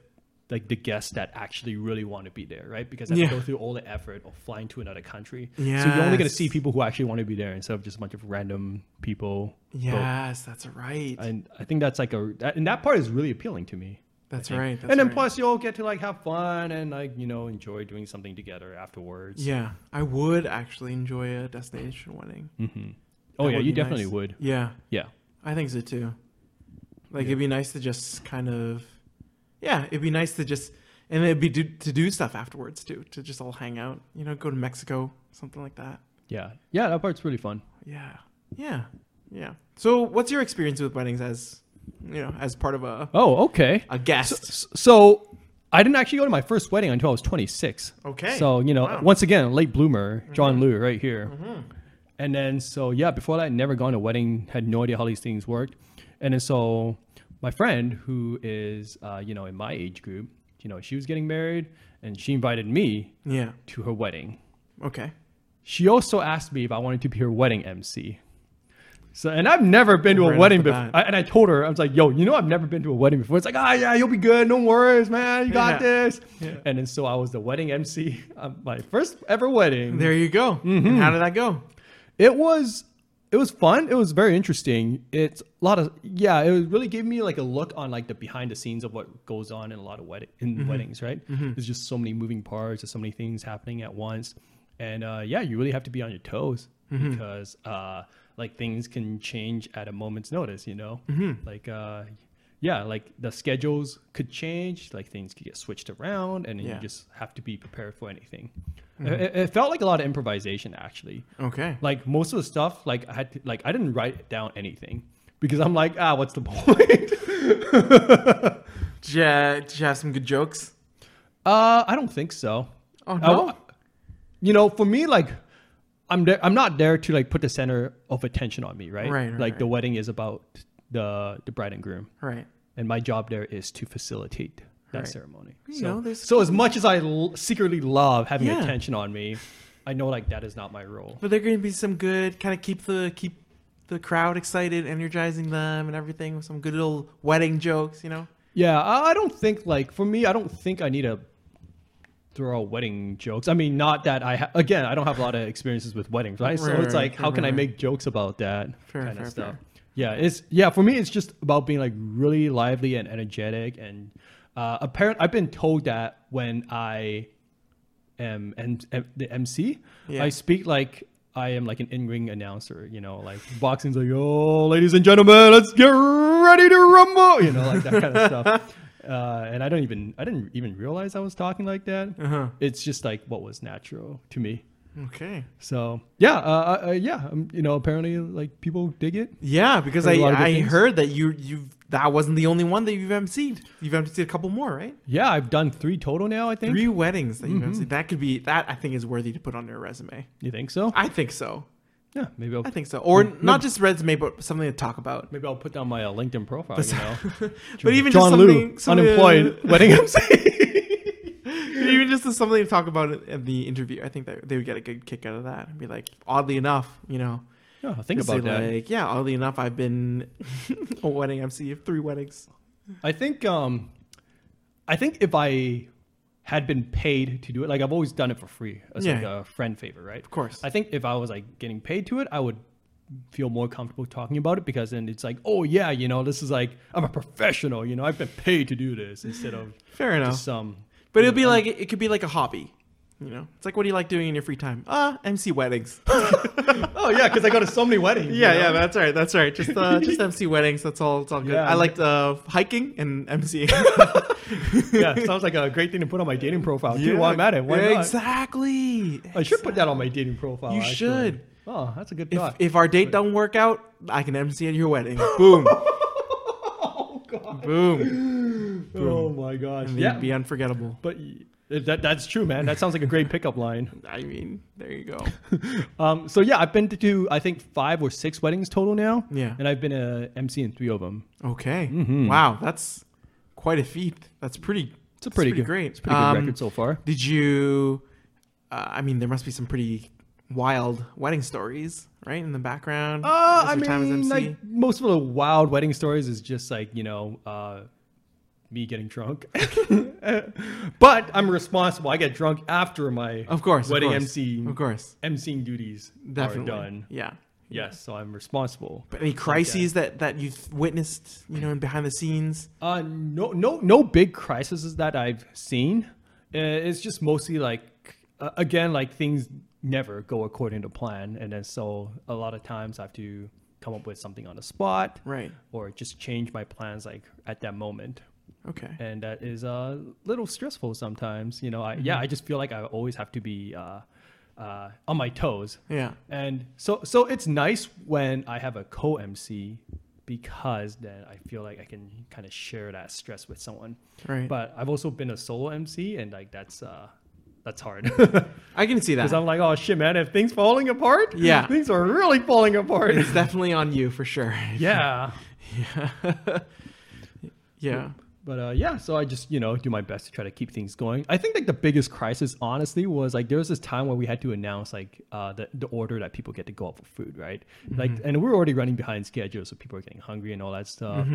[SPEAKER 1] like the guests that actually really want to be there, right? Because I have to go
[SPEAKER 2] Yeah.
[SPEAKER 1] through all the effort of flying to another country. So you're only gonna see
[SPEAKER 2] Yes.
[SPEAKER 1] people who actually want to be there instead of just a bunch of random people. But-
[SPEAKER 2] Yes, that's right.
[SPEAKER 1] and I think that's like a that, and that part is really appealing to me.
[SPEAKER 2] that's
[SPEAKER 1] think.
[SPEAKER 2] right. That's
[SPEAKER 1] and then
[SPEAKER 2] right.
[SPEAKER 1] plus you'll get to like have fun and like you know enjoy doing something together afterwards.
[SPEAKER 2] yeah, I would actually enjoy a destination wedding.
[SPEAKER 1] hmm Oh
[SPEAKER 2] That
[SPEAKER 1] yeah,
[SPEAKER 2] would
[SPEAKER 1] you
[SPEAKER 2] be
[SPEAKER 1] definitely
[SPEAKER 2] nice.
[SPEAKER 1] would.
[SPEAKER 2] Yeah,
[SPEAKER 1] Yeah.
[SPEAKER 2] I think so too. Like
[SPEAKER 1] Yeah.
[SPEAKER 2] it'd be nice to just kind of, yeah, it'd be nice to just, and it'd be do, to do stuff afterwards too, to just all hang out. You know, go to Mexico, something like that.
[SPEAKER 1] Yeah. Yeah, that part's really fun.
[SPEAKER 2] Yeah, yeah, yeah. So, what's your experience with weddings as, you know, as part of a
[SPEAKER 1] Oh, okay.
[SPEAKER 2] a guest?
[SPEAKER 1] S- So I didn't actually go to my first wedding until I was 26.
[SPEAKER 2] okay.
[SPEAKER 1] So, you know,
[SPEAKER 2] Wow. Mm-hmm.
[SPEAKER 1] once again, late bloomer, John Liu right here. And then, so yeah, before that, I'd never gone to a wedding, had no idea how these things worked. And then, so my friend who is, uh, you know, in my age group, you know, she was getting married and she invited me
[SPEAKER 2] yeah.
[SPEAKER 1] to her wedding.
[SPEAKER 2] Okay.
[SPEAKER 1] She also asked me if I wanted to be her wedding MC. So, and I've never been to
[SPEAKER 2] Right
[SPEAKER 1] a
[SPEAKER 2] off
[SPEAKER 1] wedding
[SPEAKER 2] the
[SPEAKER 1] before.
[SPEAKER 2] bat.
[SPEAKER 1] And I told her, I was like, yo, you know, I've never been to a wedding before. It's like, ah, yeah, you'll be good. No worries, man. You got
[SPEAKER 2] Yeah.
[SPEAKER 1] this.
[SPEAKER 2] Yeah.
[SPEAKER 1] And then so I was the wedding MC, uh, my first ever wedding.
[SPEAKER 2] There you go. And how did that go?
[SPEAKER 1] It was it was fun. It was very interesting. It's a lot of yeah. It was really gave me like a look on like the behind the scenes of what goes on in a lot of wedding in weddings. Right? There's just so many moving parts. There's so many things happening at once, and uh, yeah, you really have to be on your toes because uh, like things can change at a moment's notice. You know, like. Uh, yeah, like the schedules could change, like things could get switched around, and then
[SPEAKER 2] Yeah.
[SPEAKER 1] you just have to be prepared for anything. It- It, it felt like a lot of improvisation, actually
[SPEAKER 2] Okay.
[SPEAKER 1] like most of the stuff like i had to, like i didn't write down anything because i'm like ah what's the point
[SPEAKER 2] Did you, did you have some good jokes?
[SPEAKER 1] uh i don't think so
[SPEAKER 2] Oh
[SPEAKER 1] I w-
[SPEAKER 2] no.
[SPEAKER 1] you know for me like i'm there i'm not there to like put the center of attention on me right,
[SPEAKER 2] Right, right,
[SPEAKER 1] like the
[SPEAKER 2] right.
[SPEAKER 1] wedding is about the the bride and groom
[SPEAKER 2] right.
[SPEAKER 1] and my job there is to facilitate that
[SPEAKER 2] Right.
[SPEAKER 1] ceremony
[SPEAKER 2] You
[SPEAKER 1] so,
[SPEAKER 2] know, there's-
[SPEAKER 1] so as much as i l- secretly love having
[SPEAKER 2] Yeah.
[SPEAKER 1] attention on me i know like that is not my role
[SPEAKER 2] But they're going to be some good kind of keep the keep the crowd excited, energizing them and everything with some good little wedding jokes, you know.
[SPEAKER 1] Yeah, I I don't think like for me, I don't think I need to throw out wedding jokes. I mean, not that I ha- again, I don't have a lot of experiences with weddings, right? so
[SPEAKER 2] Right,
[SPEAKER 1] it's
[SPEAKER 2] right,
[SPEAKER 1] like, how
[SPEAKER 2] right,
[SPEAKER 1] can I
[SPEAKER 2] right.
[SPEAKER 1] make jokes about that
[SPEAKER 2] Fair,
[SPEAKER 1] kind
[SPEAKER 2] fair,
[SPEAKER 1] of stuff?
[SPEAKER 2] fair.
[SPEAKER 1] Yeah, it's yeah for me, it's just about being like really lively and energetic. And uh, apparent, I've been told that when I am and the MC,
[SPEAKER 2] Yeah.
[SPEAKER 1] I speak like. I am like an in-ring announcer, you know, like boxing's like, oh, ladies and gentlemen, let's get ready to rumble, you know, like that kind of stuff. Uh, and I don't even, I didn't even realize I was talking like that.
[SPEAKER 2] huh.
[SPEAKER 1] It's just like what was natural to me.
[SPEAKER 2] Okay.
[SPEAKER 1] So yeah, uh, uh, uh, yeah, um, you know, apparently like people dig it.
[SPEAKER 2] Yeah, because I
[SPEAKER 1] Heard a lot of good
[SPEAKER 2] I
[SPEAKER 1] things.
[SPEAKER 2] heard that you you that wasn't the only one that you've emceed. You've emceed a couple more, right?
[SPEAKER 1] Yeah, I've done three total now. I think.
[SPEAKER 2] Three weddings that you've emceed. That could be that I think is worthy to put on your resume.
[SPEAKER 1] You think so?
[SPEAKER 2] I think so.
[SPEAKER 1] Yeah, maybe I'll
[SPEAKER 2] I think so. Or
[SPEAKER 1] Mm,
[SPEAKER 2] not just resume, but something to talk about.
[SPEAKER 1] maybe I'll put down my uh, LinkedIn profile. You know,
[SPEAKER 2] But even
[SPEAKER 1] John
[SPEAKER 2] just
[SPEAKER 1] Liu,
[SPEAKER 2] something, something uh,
[SPEAKER 1] unemployed, wedding MC.
[SPEAKER 2] Even just as something to talk about at- at the interview, I think that they would get a good kick out of that and be like, oddly enough, you know,
[SPEAKER 1] yeah, I'll think
[SPEAKER 2] just say
[SPEAKER 1] about that.
[SPEAKER 2] Like, yeah, oddly enough, I've been a wedding MC of three weddings.
[SPEAKER 1] I think um, I think if I had been paid to do it, like I've always done it for free as like
[SPEAKER 2] Yeah.
[SPEAKER 1] a friend favor, right?
[SPEAKER 2] Of course.
[SPEAKER 1] I think if I was like getting paid to it, I would feel more comfortable talking about it because then it's like, oh yeah, you know, this is like I'm a professional, you know, I've been paid to do this instead of
[SPEAKER 2] Fair enough.
[SPEAKER 1] just um, some.
[SPEAKER 2] but it'll be like it could be like a hobby. You know, it's like what do you like doing in your free time? Ah, MC weddings.
[SPEAKER 1] oh yeah, because I go to so many weddings. you
[SPEAKER 2] yeah,
[SPEAKER 1] know?
[SPEAKER 2] yeah, that's right, that's right. Just uh, just MC weddings. That's all. It's all good.
[SPEAKER 1] Yeah.
[SPEAKER 2] I liked uh, hiking and MC.
[SPEAKER 1] yeah. Sounds like a great thing to put on my dating profile too. While I'm at it, why
[SPEAKER 2] Yeah,
[SPEAKER 1] not?
[SPEAKER 2] Exactly.
[SPEAKER 1] I should put that on my dating profile.
[SPEAKER 2] You
[SPEAKER 1] actually.
[SPEAKER 2] should.
[SPEAKER 1] Oh, that's a good
[SPEAKER 2] If,
[SPEAKER 1] thought.
[SPEAKER 2] if our date doesn't work out, I can MC at your wedding. Boom,
[SPEAKER 1] oh god.
[SPEAKER 2] boom.
[SPEAKER 1] Oh my gosh.
[SPEAKER 2] And
[SPEAKER 1] Yeah.
[SPEAKER 2] it'd be unforgettable.
[SPEAKER 1] But y- that, that's true, man. That sounds like a great pickup line.
[SPEAKER 2] I mean, there you go.
[SPEAKER 1] Um, so yeah, I've been to I think five or six weddings total now.
[SPEAKER 2] Yeah.
[SPEAKER 1] and I've been a MC in three of them.
[SPEAKER 2] Okay. Wow, that's quite a feat. That's pretty.
[SPEAKER 1] Mm-hmm. It's a
[SPEAKER 2] that's
[SPEAKER 1] pretty, good,
[SPEAKER 2] great.
[SPEAKER 1] It's a pretty good
[SPEAKER 2] Um,
[SPEAKER 1] record so far.
[SPEAKER 2] Did you? Uh, I mean, there must be some pretty wild wedding stories, right, in the background.
[SPEAKER 1] Uh,
[SPEAKER 2] as
[SPEAKER 1] I
[SPEAKER 2] your time as
[SPEAKER 1] mean,
[SPEAKER 2] MC?
[SPEAKER 1] like most of the wild wedding stories is just like you know, uh, me getting drunk. but I'm responsible. I get drunk after my
[SPEAKER 2] Of course.
[SPEAKER 1] wedding
[SPEAKER 2] of course,
[SPEAKER 1] MC
[SPEAKER 2] Of course.
[SPEAKER 1] emceeing duties
[SPEAKER 2] Definitely.
[SPEAKER 1] are done.
[SPEAKER 2] Yeah.
[SPEAKER 1] Yes, so I'm responsible.
[SPEAKER 2] But any crises that that you've witnessed, you know, in behind the scenes?
[SPEAKER 1] Uh, no, no, no big crises that I've seen. Uh, It's just mostly like, uh, again, like things never go according to plan, and then so a lot of times I have to come up with something on the spot,
[SPEAKER 2] Right.
[SPEAKER 1] or just change my plans like at that moment,
[SPEAKER 2] Okay.
[SPEAKER 1] and that is a little stressful sometimes. You know, I yeah, I just feel like I always have to be uh, uh, on my toes.
[SPEAKER 2] Yeah.
[SPEAKER 1] And so so it's nice when I have a co-MC because then I feel like I can kind of share that stress with someone.
[SPEAKER 2] Right.
[SPEAKER 1] But I've also been a solo MC and like that's uh that's hard.
[SPEAKER 2] I can see that.
[SPEAKER 1] Cuz I'm like, "Oh shit, man, if things falling apart?"
[SPEAKER 2] Yeah.
[SPEAKER 1] Things are really falling apart.
[SPEAKER 2] It's definitely on you for sure.
[SPEAKER 1] yeah.
[SPEAKER 2] Yeah. yeah.
[SPEAKER 1] But uh, yeah, so I just you know do my best to try to keep things going. I think like the biggest crisis, honestly, was like there was this time where we had to announce like uh, the the order that people get to go out for food, right? Like, and we were already running behind schedule, so people are getting hungry and all that stuff.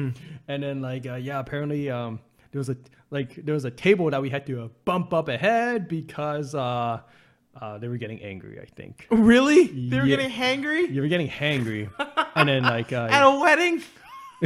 [SPEAKER 1] And then like uh, yeah, apparently um, there was a like there was a table that we had to uh, bump up ahead because uh, uh, they were getting angry. I think
[SPEAKER 2] Really? They were
[SPEAKER 1] Yeah.
[SPEAKER 2] getting hangry
[SPEAKER 1] you were getting hangry, and then like
[SPEAKER 2] at
[SPEAKER 1] uh,
[SPEAKER 2] a wedding?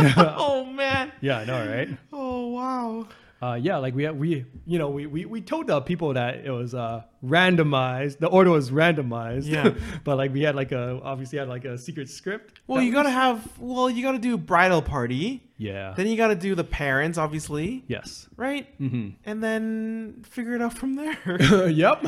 [SPEAKER 2] oh man.
[SPEAKER 1] yeah, I know, right?
[SPEAKER 2] Oh wow.
[SPEAKER 1] Uh, yeah, like we we you know we, we we told the people that it was uh randomized. The order was randomized.
[SPEAKER 2] Yeah.
[SPEAKER 1] but like we had like a obviously had like a secret script.
[SPEAKER 2] Well,
[SPEAKER 1] that
[SPEAKER 2] you
[SPEAKER 1] we-
[SPEAKER 2] gotta have. Well, you gotta do bridal party.
[SPEAKER 1] Yeah.
[SPEAKER 2] Then you gotta do the parents, obviously,
[SPEAKER 1] yes.
[SPEAKER 2] right?
[SPEAKER 1] Mhm.
[SPEAKER 2] And then figure it out from there.
[SPEAKER 1] yep.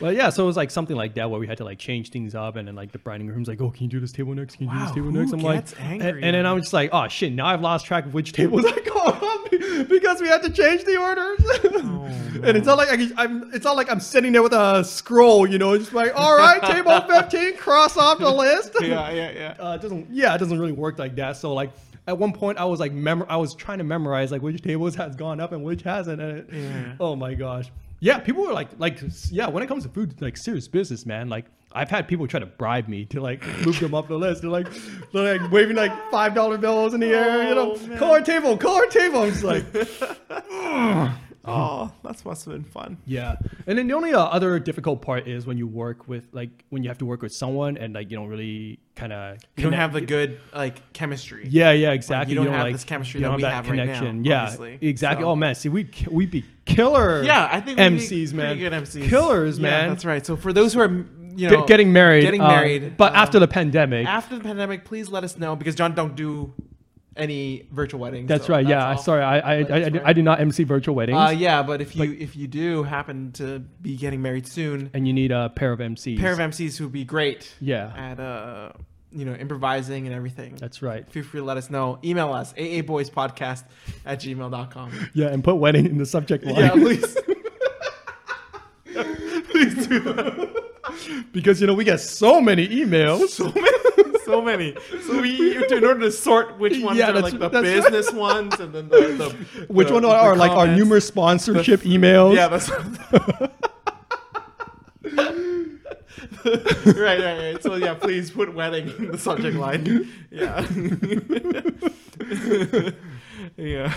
[SPEAKER 1] well, yeah. So it was like something like that where we had to like change things up, and then like the bride room's like, "Oh, can you do this table next? Can you do
[SPEAKER 2] Wow,
[SPEAKER 1] this table
[SPEAKER 2] who
[SPEAKER 1] next?" I'm
[SPEAKER 2] gets
[SPEAKER 1] like,
[SPEAKER 2] angry
[SPEAKER 1] and, and then
[SPEAKER 2] now?
[SPEAKER 1] I'm just like, "Oh shit! Now I've lost track of which tables I go on because we had to change the orders."
[SPEAKER 2] Oh,
[SPEAKER 1] and it's not like I can, I'm. It's not like I'm sitting there with a scroll, you know, it's just like, "All right, table 15, cross off the list."
[SPEAKER 2] yeah, yeah, yeah.
[SPEAKER 1] uh, it doesn't yeah it doesn't really work like that so like at one point i was like mem- i was trying to memorize like which tables has gone up and which hasn't and it,
[SPEAKER 2] Yeah.
[SPEAKER 1] oh my gosh yeah people were like like s- yeah when it comes to food it's, like serious business man like i've had people try to bribe me to like move them up the list they're like they're like waving like five dollar bills in the air you know
[SPEAKER 2] Oh, man.
[SPEAKER 1] card table card table i'm just like
[SPEAKER 2] Oh, that's must have been fun.
[SPEAKER 1] yeah, and then the only uh, other difficult part is when you work with like when you have to work with someone and like you don't really kind of
[SPEAKER 2] You don't have the good like chemistry.
[SPEAKER 1] Yeah, yeah, exactly.
[SPEAKER 2] don't have this chemistry
[SPEAKER 1] you
[SPEAKER 2] that
[SPEAKER 1] don't
[SPEAKER 2] we have right now,
[SPEAKER 1] yeah,
[SPEAKER 2] obviously.
[SPEAKER 1] exactly.
[SPEAKER 2] So-
[SPEAKER 1] Oh man, see, we k- we be killer.
[SPEAKER 2] Yeah, I think we
[SPEAKER 1] MCs,
[SPEAKER 2] need
[SPEAKER 1] man,
[SPEAKER 2] pretty good MCs,
[SPEAKER 1] killers,
[SPEAKER 2] Yeah,
[SPEAKER 1] man.
[SPEAKER 2] That's right. So for those who are, you
[SPEAKER 1] Get-
[SPEAKER 2] know,
[SPEAKER 1] getting married,
[SPEAKER 2] getting
[SPEAKER 1] uh,
[SPEAKER 2] married,
[SPEAKER 1] but
[SPEAKER 2] uh,
[SPEAKER 1] after the pandemic,
[SPEAKER 2] after the pandemic, please let us know because John don't do any virtual weddings.
[SPEAKER 1] that's
[SPEAKER 2] so
[SPEAKER 1] right. yeah,
[SPEAKER 2] all.
[SPEAKER 1] sorry, I I, I,
[SPEAKER 2] That's
[SPEAKER 1] I, do-
[SPEAKER 2] right.
[SPEAKER 1] I do not MC virtual weddings,
[SPEAKER 2] Uh, yeah, but if you if you do happen to be getting married soon,
[SPEAKER 1] and you need a pair of MCs.
[SPEAKER 2] pair of MCs who would be great
[SPEAKER 1] yeah,
[SPEAKER 2] at uh you know improvising and everything.
[SPEAKER 1] that's right.
[SPEAKER 2] Feel free to let us know. Email us aaboyspodcast at gmail.com.
[SPEAKER 1] Yeah, and put wedding in the subject line.
[SPEAKER 2] Yeah, please.
[SPEAKER 1] please do that. because you know we get so many emails. So many.
[SPEAKER 2] so many. So we in order to sort which ones
[SPEAKER 1] Yeah,
[SPEAKER 2] are
[SPEAKER 1] that's-
[SPEAKER 2] like the
[SPEAKER 1] that's-
[SPEAKER 2] business ones and then the, the
[SPEAKER 1] Which
[SPEAKER 2] the-
[SPEAKER 1] one
[SPEAKER 2] the
[SPEAKER 1] are like our
[SPEAKER 2] comments.
[SPEAKER 1] numerous sponsorship emails?
[SPEAKER 2] Yeah, that's right, right, right. So yeah, please put wedding in the subject line. Yeah. yeah.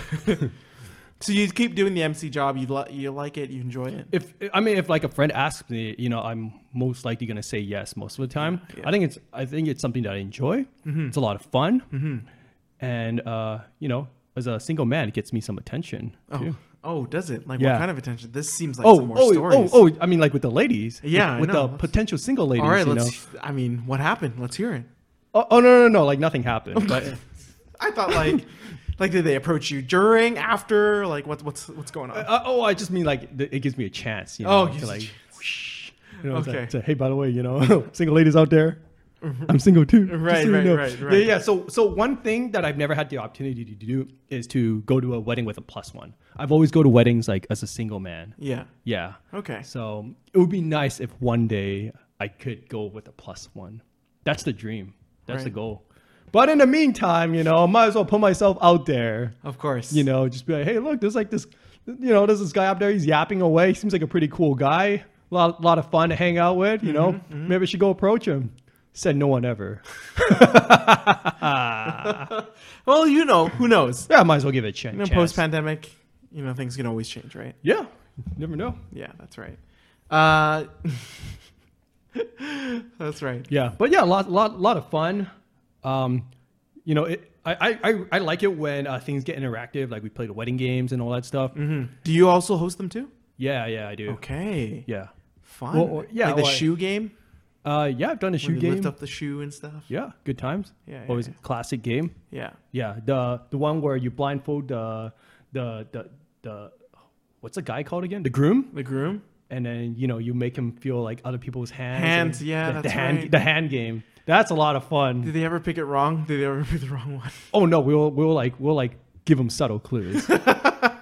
[SPEAKER 2] So you keep doing the MC job. You li- you like it. You enjoy it.
[SPEAKER 1] if I mean if like a friend asks me, you know, I'm most likely gonna say yes most of the time.
[SPEAKER 2] Yeah. Mm-hmm.
[SPEAKER 1] I think it's I think it's something that I enjoy. It's a lot of fun, and uh, you know, as a single man, it gets me some attention.
[SPEAKER 2] Oh,
[SPEAKER 1] too.
[SPEAKER 2] oh, does it? Like
[SPEAKER 1] Yeah.
[SPEAKER 2] what kind of attention? This seems like some
[SPEAKER 1] Oh,
[SPEAKER 2] more
[SPEAKER 1] oh, oh,
[SPEAKER 2] stories.
[SPEAKER 1] oh, I mean, like with the ladies. with-
[SPEAKER 2] Yeah, I
[SPEAKER 1] with,
[SPEAKER 2] know.
[SPEAKER 1] the potential single ladies.
[SPEAKER 2] All right,
[SPEAKER 1] you know.
[SPEAKER 2] let's. I mean, what happened? Let's hear it.
[SPEAKER 1] Oh, oh, no, no, no, like nothing happened. But
[SPEAKER 2] I thought like, like did they approach you during, after? Like what what's what's going on?
[SPEAKER 1] uh, oh, I just mean like the, it gives me a chance. You
[SPEAKER 2] Oh,
[SPEAKER 1] know,
[SPEAKER 2] it
[SPEAKER 1] to
[SPEAKER 2] gives you a
[SPEAKER 1] like,
[SPEAKER 2] chance.
[SPEAKER 1] whoosh, you know, it's
[SPEAKER 2] Okay. Mm-hmm.
[SPEAKER 1] like, to, hey, by the way, you know, single ladies out there, I'm single too. just
[SPEAKER 2] Right,
[SPEAKER 1] so you
[SPEAKER 2] right,
[SPEAKER 1] know.
[SPEAKER 2] right,
[SPEAKER 1] Yeah,
[SPEAKER 2] right.
[SPEAKER 1] Yeah, So, so one thing that I've never had the opportunity to do is to go to a wedding with a plus one. I've always go to weddings like as a single man.
[SPEAKER 2] yeah.
[SPEAKER 1] Yeah.
[SPEAKER 2] Okay.
[SPEAKER 1] So it would be nice if one day I could go with a plus one. That's the dream. That's the
[SPEAKER 2] Right.
[SPEAKER 1] goal. But in the meantime, you know, I might as well put myself out there
[SPEAKER 2] Of course.
[SPEAKER 1] you know, just be like, hey, look, there's like this, you know, there's this guy up there. He's yapping away. He
[SPEAKER 2] Mm-hmm,
[SPEAKER 1] seems like a pretty cool guy. A lot, lot of fun to hang out with. You know, maybe I should go approach him. Said no one ever.
[SPEAKER 2] Well, you know, who knows?
[SPEAKER 1] Yeah, I might as well give it a chan-
[SPEAKER 2] You know,
[SPEAKER 1] chance.
[SPEAKER 2] post pandemic, you know, things can always change, right?
[SPEAKER 1] yeah, never know.
[SPEAKER 2] Yeah, that's right. Uh, that's right.
[SPEAKER 1] Yeah, but yeah, lot lot lot of fun. Um, you know, it, I, I I I like it when uh, things get interactive, like we play the wedding games and all that stuff.
[SPEAKER 2] Do you also host them too?
[SPEAKER 1] Yeah, yeah, I do.
[SPEAKER 2] Mm-hmm. Okay.
[SPEAKER 1] Yeah,
[SPEAKER 2] Fun.
[SPEAKER 1] Well, well, yeah,
[SPEAKER 2] Like the
[SPEAKER 1] well, I-
[SPEAKER 2] shoe game.
[SPEAKER 1] uh, yeah, I've done a shoe
[SPEAKER 2] Where they
[SPEAKER 1] game.
[SPEAKER 2] lift up the shoe and stuff.
[SPEAKER 1] Yeah, good times.
[SPEAKER 2] Yeah, yeah,
[SPEAKER 1] always
[SPEAKER 2] yeah.
[SPEAKER 1] a classic game.
[SPEAKER 2] Yeah.
[SPEAKER 1] Yeah, the the one where you blindfold the the the the what's the guy called again? The groom,
[SPEAKER 2] The groom.
[SPEAKER 1] and then you know you make him feel like other people's hands.
[SPEAKER 2] Hands,
[SPEAKER 1] and
[SPEAKER 2] yeah,
[SPEAKER 1] the, the
[SPEAKER 2] that's
[SPEAKER 1] hand
[SPEAKER 2] right.
[SPEAKER 1] the hand game. That's a lot of fun.
[SPEAKER 2] Did they ever pick it wrong? Did they ever pick the wrong one?
[SPEAKER 1] oh no, we'll we'll like we'll like give them subtle clues.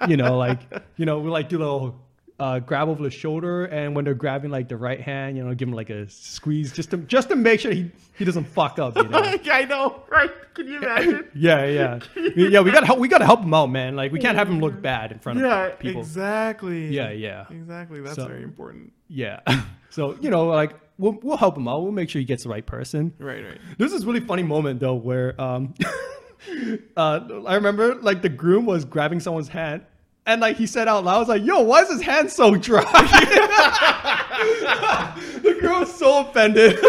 [SPEAKER 1] you know, like you know, we like do little uh, grab over the shoulder, and when they're grabbing like the right hand, you know, give him like a squeeze just to just to make sure he he doesn't fuck up. You know.
[SPEAKER 2] I know, right? Can you imagine?
[SPEAKER 1] Yeah, yeah, yeah. We gotta help. We gotta help him out, man. Like we can't have him look bad in front of
[SPEAKER 2] yeah,
[SPEAKER 1] people.
[SPEAKER 2] exactly.
[SPEAKER 1] Yeah, yeah,
[SPEAKER 2] Exactly. That's
[SPEAKER 1] So-
[SPEAKER 2] very important.
[SPEAKER 1] yeah. So you know, like we'll we'll help him out. We'll make sure he gets the right person.
[SPEAKER 2] Right, right.
[SPEAKER 1] There's this really funny moment though where um, uh, I remember like the groom was grabbing someone's hand, and like he said out loud, "I was like, yo, why is his hand so dry?" the girl was so offended.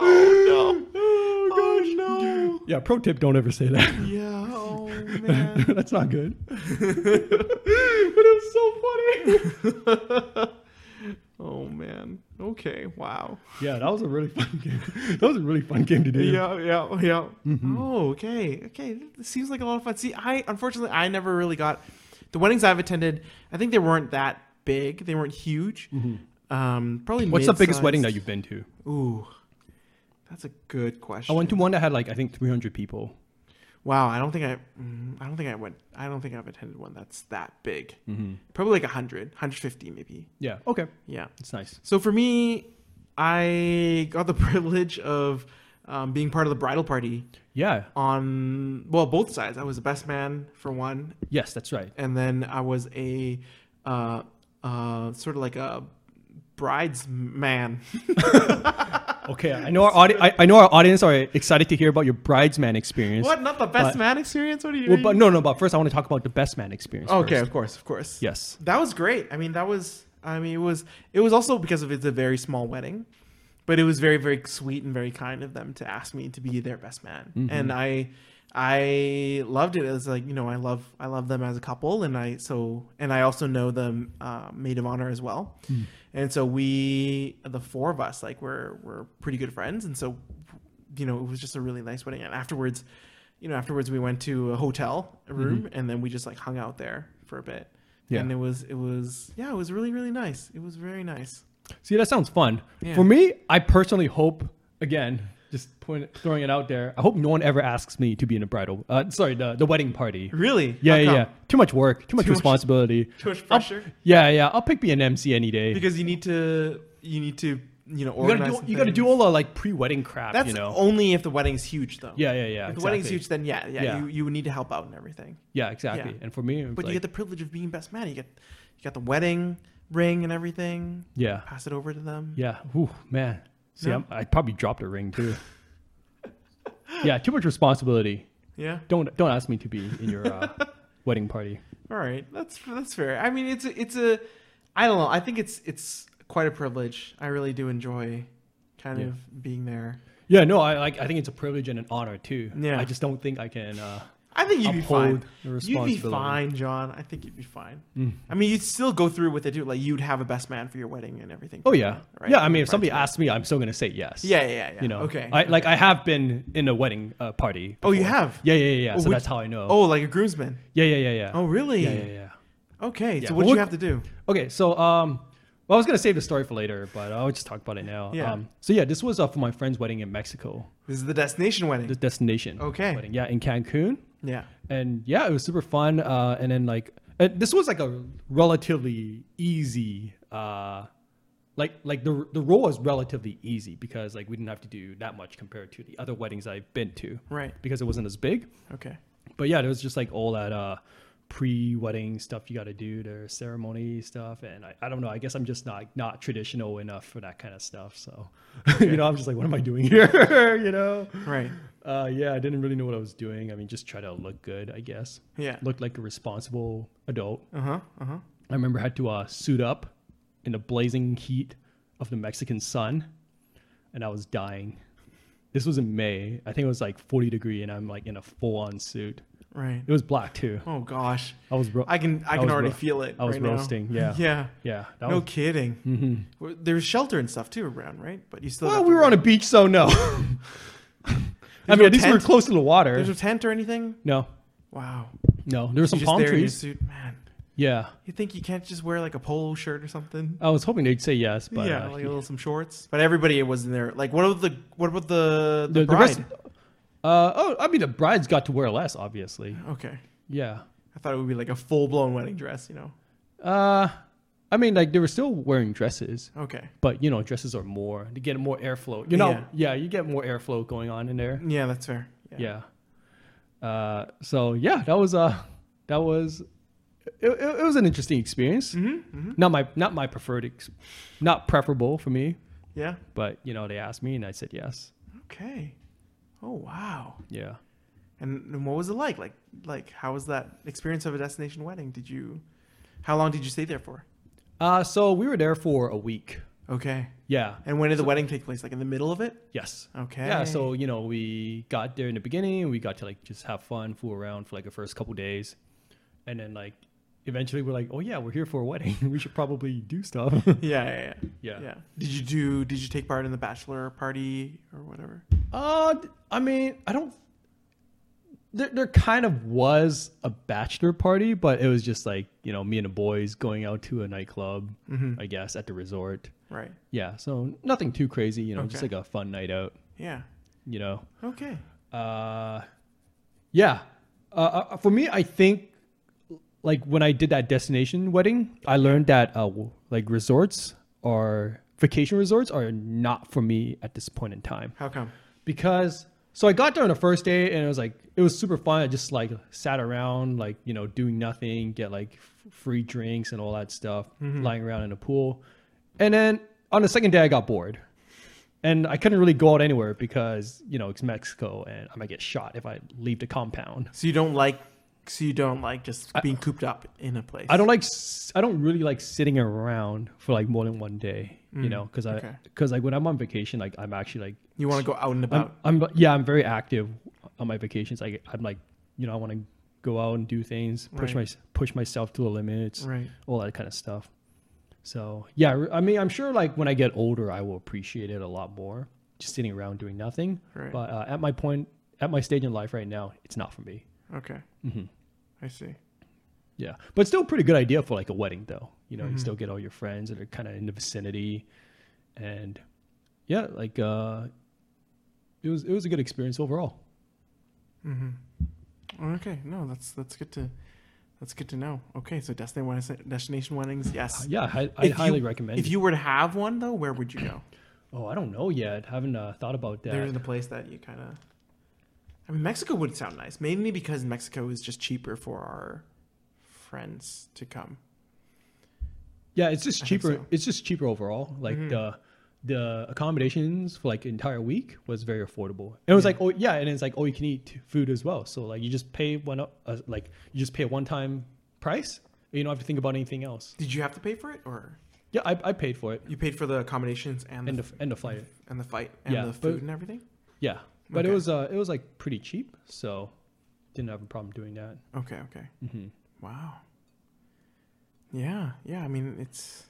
[SPEAKER 2] Oh no. Oh, no.
[SPEAKER 1] yeah. Pro tip: Don't ever say that.
[SPEAKER 2] Yeah. Oh man.
[SPEAKER 1] That's not good. but it was so funny.
[SPEAKER 2] oh man. Okay. Wow.
[SPEAKER 1] Yeah, that was a really fun game. That was a really fun game to do.
[SPEAKER 2] Yeah, yeah, yeah.
[SPEAKER 1] Mm-hmm.
[SPEAKER 2] Oh, okay, okay. This seems like a lot of fun. See, I unfortunately I never really got the weddings I've attended. I think they weren't that big. They weren't huge. Um, probably.
[SPEAKER 1] Mm-hmm. What's the biggest wedding that
[SPEAKER 2] mid-sized.
[SPEAKER 1] you've been to?
[SPEAKER 2] Ooh, that's a good question.
[SPEAKER 1] I went to one that had like I think 300 people.
[SPEAKER 2] Wow, I don't think I. mm, I don't think I went. I don't think I've attended one that's that big.
[SPEAKER 1] Mm-hmm.
[SPEAKER 2] Probably like 100, 150 maybe.
[SPEAKER 1] Yeah. Okay.
[SPEAKER 2] Yeah.
[SPEAKER 1] It's nice.
[SPEAKER 2] So for me, I got the privilege of um, being part of the bridal party
[SPEAKER 1] Yeah.
[SPEAKER 2] on well both sides. I was the best man for one,
[SPEAKER 1] Yes, that's right.
[SPEAKER 2] and then I was a uh, uh, sort of like a bridesman.
[SPEAKER 1] Okay. I know our audi- I, I know our audience are excited to hear about your bridesman experience.
[SPEAKER 2] what? Not the best
[SPEAKER 1] But-
[SPEAKER 2] man experience? What are you?
[SPEAKER 1] Well, but no, no. But first, I want to talk about the best man experience.
[SPEAKER 2] okay,
[SPEAKER 1] first.
[SPEAKER 2] of course, of course.
[SPEAKER 1] Yes.
[SPEAKER 2] that was great. I mean, that was. I mean, it was. It was also because of it's a very small wedding, but it was very, very sweet and very kind of them to ask me to be their best man,
[SPEAKER 1] Mm-hmm.
[SPEAKER 2] and I, I loved it. It was like you know, I love, I love them as a couple, and I so, and I also know the uh, maid of honor as well,
[SPEAKER 1] Hmm.
[SPEAKER 2] and so we, the four of us, like we're we're pretty good friends, and so, you know, it was just a really nice wedding, and afterwards. You know, afterwards we went to a hotel room and then we just like hung out there for a bit.
[SPEAKER 1] Mm-hmm. Yeah.
[SPEAKER 2] And it was it was yeah, it was really really nice. It was very nice.
[SPEAKER 1] See, that sounds fun.
[SPEAKER 2] Yeah.
[SPEAKER 1] For me, I personally hope again, just point, throwing it out there. I hope no one ever asks me to be in a bridal. Uh, sorry, the, the wedding party.
[SPEAKER 2] Really?
[SPEAKER 1] Yeah,
[SPEAKER 2] How
[SPEAKER 1] yeah,
[SPEAKER 2] come?
[SPEAKER 1] yeah. Too much work. Too much
[SPEAKER 2] Too much-
[SPEAKER 1] responsibility.
[SPEAKER 2] Too much pressure
[SPEAKER 1] yeah, yeah. I'll pick me an MC any day.
[SPEAKER 2] because you need to you need to you know
[SPEAKER 1] you gotta
[SPEAKER 2] organize.
[SPEAKER 1] do you gotta
[SPEAKER 2] things.
[SPEAKER 1] do all the like pre-wedding crap.
[SPEAKER 2] That's
[SPEAKER 1] you know.
[SPEAKER 2] only if the wedding's huge though.
[SPEAKER 1] yeah, yeah, yeah.
[SPEAKER 2] If the
[SPEAKER 1] exactly.
[SPEAKER 2] wedding's huge, then yeah, yeah,
[SPEAKER 1] Yeah.
[SPEAKER 2] You, you need to help out and everything.
[SPEAKER 1] Yeah, exactly.
[SPEAKER 2] Yeah.
[SPEAKER 1] And for me, it was
[SPEAKER 2] But
[SPEAKER 1] like,
[SPEAKER 2] you get the privilege of being best man. You get you got the wedding ring and everything.
[SPEAKER 1] yeah,
[SPEAKER 2] Pass it over to them.
[SPEAKER 1] yeah. Ooh, man. See,
[SPEAKER 2] No?
[SPEAKER 1] I'm, I probably dropped a ring too. yeah, too much responsibility.
[SPEAKER 2] Yeah.
[SPEAKER 1] Don't don't ask me to be in your uh, wedding party.
[SPEAKER 2] All right, that's that's fair. I mean, it's a, it's a, I don't know. I think it's it's quite a privilege. I really do enjoy kind
[SPEAKER 1] Yeah.
[SPEAKER 2] of being there.
[SPEAKER 1] Yeah, no, I like. I think it's a privilege and an honor too.
[SPEAKER 2] Yeah.
[SPEAKER 1] I just don't think I can. Uh,
[SPEAKER 2] I think you'd be fine.
[SPEAKER 1] Uphold the
[SPEAKER 2] You'd be
[SPEAKER 1] responsibility. Mm.
[SPEAKER 2] fine, John. I think you'd be fine. I mean, you'd still go through with it too. Like you'd have a best man for your wedding and everything.
[SPEAKER 1] oh yeah, yeah. I mean, if
[SPEAKER 2] Right.
[SPEAKER 1] somebody asks me, I'm still gonna say yes.
[SPEAKER 2] Yeah, yeah, yeah, yeah.
[SPEAKER 1] You know.
[SPEAKER 2] Okay.
[SPEAKER 1] I like. I have been in a wedding uh, party.
[SPEAKER 2] oh, you
[SPEAKER 1] before.
[SPEAKER 2] have.
[SPEAKER 1] Yeah, yeah, yeah. yeah.
[SPEAKER 2] Oh,
[SPEAKER 1] so
[SPEAKER 2] would-
[SPEAKER 1] that's how I know.
[SPEAKER 2] Oh, like a groomsman.
[SPEAKER 1] Yeah, yeah, yeah, yeah.
[SPEAKER 2] Oh, really?
[SPEAKER 1] Yeah, yeah, yeah.
[SPEAKER 2] Okay.
[SPEAKER 1] Yeah.
[SPEAKER 2] So what did
[SPEAKER 1] Well,
[SPEAKER 2] you have to do?
[SPEAKER 1] Okay, so um, well, I was gonna save the story for later, but I'll just talk about it now.
[SPEAKER 2] Yeah.
[SPEAKER 1] Um, so yeah, this was uh, for my friend's wedding in Mexico,
[SPEAKER 2] This is the destination wedding.
[SPEAKER 1] the destination.
[SPEAKER 2] Okay.
[SPEAKER 1] Wedding. Yeah, in Cancun,
[SPEAKER 2] yeah.
[SPEAKER 1] and yeah, it was super fun. Uh, and then like, and this was like a relatively easy. Uh, like like the the role was relatively easy because like we didn't have to do that much compared to the other weddings I've been to
[SPEAKER 2] Right.
[SPEAKER 1] because it wasn't as big.
[SPEAKER 2] Okay.
[SPEAKER 1] But yeah, there was just like all that uh, pre-wedding stuff you got to do there's ceremony stuff and I, I don't know i guess i'm just not not traditional enough for that kind of stuff so you know i'm just like what am i doing here you know
[SPEAKER 2] Right.
[SPEAKER 1] uh yeah i didn't really know what i was doing i mean just try to look good i guess
[SPEAKER 2] Yeah.
[SPEAKER 1] look like a responsible adult
[SPEAKER 2] Uh huh. Uh huh.
[SPEAKER 1] i remember I had to uh suit up in the blazing heat of the mexican sun and i was dying this was in may i think it was like 40 degree and i'm like in a full-on suit
[SPEAKER 2] Right.
[SPEAKER 1] it was black too
[SPEAKER 2] Oh gosh.
[SPEAKER 1] i was ro-
[SPEAKER 2] I can I
[SPEAKER 1] I
[SPEAKER 2] can
[SPEAKER 1] was
[SPEAKER 2] already
[SPEAKER 1] ro-
[SPEAKER 2] feel it.
[SPEAKER 1] I was
[SPEAKER 2] right now.
[SPEAKER 1] roasting, yeah.
[SPEAKER 2] Yeah.
[SPEAKER 1] yeah that
[SPEAKER 2] No
[SPEAKER 1] was Mm. Mm-hmm.
[SPEAKER 2] kidding. Well, There's shelter and stuff too around, right? But you still.
[SPEAKER 1] Well,
[SPEAKER 2] have
[SPEAKER 1] we
[SPEAKER 2] to
[SPEAKER 1] were on a
[SPEAKER 2] wear-
[SPEAKER 1] beach, so no. I
[SPEAKER 2] no
[SPEAKER 1] mean, at least we were
[SPEAKER 2] tent?
[SPEAKER 1] close to the water.
[SPEAKER 2] There's no tent or anything.
[SPEAKER 1] No,
[SPEAKER 2] Wow.
[SPEAKER 1] no, there were some
[SPEAKER 2] You're just
[SPEAKER 1] palm
[SPEAKER 2] there in your
[SPEAKER 1] trees.
[SPEAKER 2] suit, man.
[SPEAKER 1] Yeah,
[SPEAKER 2] You think you can't just wear like a polo shirt or something?
[SPEAKER 1] I was hoping they'd say yes, but
[SPEAKER 2] yeah,
[SPEAKER 1] uh,
[SPEAKER 2] like a little some shorts. But everybody was in there. Like, what about the what about the
[SPEAKER 1] the,
[SPEAKER 2] the,
[SPEAKER 1] the
[SPEAKER 2] bride?
[SPEAKER 1] rest. Uh, oh, I mean, the bride's got to wear less, obviously.
[SPEAKER 2] Okay,
[SPEAKER 1] Yeah.
[SPEAKER 2] I thought it would be like a full blown wedding dress. You know?
[SPEAKER 1] Uh, I mean, like they were still wearing dresses,
[SPEAKER 2] Okay.
[SPEAKER 1] but you know, dresses are more to get more airflow. You know,
[SPEAKER 2] Yeah.
[SPEAKER 1] yeah. you get more airflow going on in there.
[SPEAKER 2] Yeah, that's fair.
[SPEAKER 1] Yeah. Uh, so yeah, that was uh, that was. It, it, it was an interesting experience.
[SPEAKER 2] Mm-hmm, hmm
[SPEAKER 1] not my not my preferred ex- not preferable for me
[SPEAKER 2] Yeah.
[SPEAKER 1] but you know they asked me and i said yes
[SPEAKER 2] Okay. Oh wow.
[SPEAKER 1] yeah
[SPEAKER 2] And, and what was it like? Like like how was that experience of a destination wedding? Did you? How long did you stay there for?
[SPEAKER 1] uh, so we were there for a week
[SPEAKER 2] Okay.
[SPEAKER 1] yeah
[SPEAKER 2] And when did the wedding take place? Like in the middle of it?
[SPEAKER 1] yes
[SPEAKER 2] Okay.
[SPEAKER 1] yeah so you know we got there in the beginning we got to like just have fun fool around for like the first couple days and then like eventually we're like oh yeah we're here for a wedding we should probably do stuff
[SPEAKER 2] Yeah, yeah, yeah.
[SPEAKER 1] yeah.
[SPEAKER 2] Yeah. Did you do? Did you take part in the bachelor party or whatever?
[SPEAKER 1] uh i mean i don't there, there kind of was a bachelor party but it was just like you know me and the boys going out to a nightclub
[SPEAKER 2] Mm-hmm.
[SPEAKER 1] I guess, at the resort.
[SPEAKER 2] Right.
[SPEAKER 1] Yeah, so nothing too crazy, you know, just
[SPEAKER 2] Okay.
[SPEAKER 1] like a fun night out,
[SPEAKER 2] Yeah.
[SPEAKER 1] you know.
[SPEAKER 2] Okay.
[SPEAKER 1] Uh, yeah, uh, uh, for me, I think like when I did that destination wedding, I learned that uh, w- like resorts or vacation resorts are not for me at this point in time
[SPEAKER 2] How come?
[SPEAKER 1] because so I got there on the first day and it was like it was super fun. I just like sat around, like you know, doing nothing, get like f- free drinks and all that stuff, lying around in the pool. And then on the second day, I got bored, and I couldn't really go out anywhere because you know it's Mexico and I might get shot if I leave the compound.
[SPEAKER 2] So you don't like? So you don't like just being cooped up in a place?
[SPEAKER 1] I don't like s- I don't really like sitting around for like more than one day, you know, because
[SPEAKER 2] okay.
[SPEAKER 1] I because like when I'm on vacation, like I'm actually like
[SPEAKER 2] You want to go out and
[SPEAKER 1] I'm,
[SPEAKER 2] about?
[SPEAKER 1] I'm yeah, I'm very active on my vacations. I I'm like, you know, I want to go out and do things, push
[SPEAKER 2] Right.
[SPEAKER 1] my push myself to the limits,
[SPEAKER 2] right.
[SPEAKER 1] all that kind of stuff. So yeah, I- I mean, I'm sure like when I get older, I will appreciate it a lot more, just sitting around doing nothing.
[SPEAKER 2] Right.
[SPEAKER 1] But uh, at my point, at my stage in life right now, it's not for me.
[SPEAKER 2] Okay.
[SPEAKER 1] Mhm.
[SPEAKER 2] I see.
[SPEAKER 1] Yeah, but still a pretty good idea for like a wedding though. You know,
[SPEAKER 2] Mm-hmm.
[SPEAKER 1] you still get all your friends that are kind of in the vicinity, and yeah, like uh, it was it was a good experience overall.
[SPEAKER 2] Mm-hmm. Okay. No, that's that's good to that's good to know. Okay. So destination weddings, destination weddings. Yes.
[SPEAKER 1] Yeah, I,
[SPEAKER 2] If
[SPEAKER 1] I'd
[SPEAKER 2] you-
[SPEAKER 1] highly recommend.
[SPEAKER 2] If you were to have one though, where would you go?
[SPEAKER 1] oh, I don't know yet. Haven't uh, thought about that.
[SPEAKER 2] There is a place that you kind of. I mean, Mexico would sound nice, mainly because Mexico is just cheaper for our friends to come.
[SPEAKER 1] yeah, it's just
[SPEAKER 2] I think
[SPEAKER 1] cheaper.
[SPEAKER 2] so. Mm-hmm.
[SPEAKER 1] It's just cheaper overall. Like the the accommodations for like entire week was very affordable. And it was
[SPEAKER 2] Yeah.
[SPEAKER 1] like oh yeah, and it's like oh you can eat food as well. So like you just pay one up uh, like you just pay a one time price. And you don't have to think about anything else.
[SPEAKER 2] Did you have to pay for it, or
[SPEAKER 1] Yeah, I, I paid for it
[SPEAKER 2] you paid for the accommodations and the
[SPEAKER 1] and the and the flight.
[SPEAKER 2] and the fight and
[SPEAKER 1] Yeah,
[SPEAKER 2] the
[SPEAKER 1] but-
[SPEAKER 2] food and everything?
[SPEAKER 1] Yeah, but it
[SPEAKER 2] Okay.
[SPEAKER 1] was uh it was like pretty cheap, so didn't have a problem doing that.
[SPEAKER 2] Okay, okay.
[SPEAKER 1] hmm
[SPEAKER 2] Wow. Yeah, yeah. I mean, it's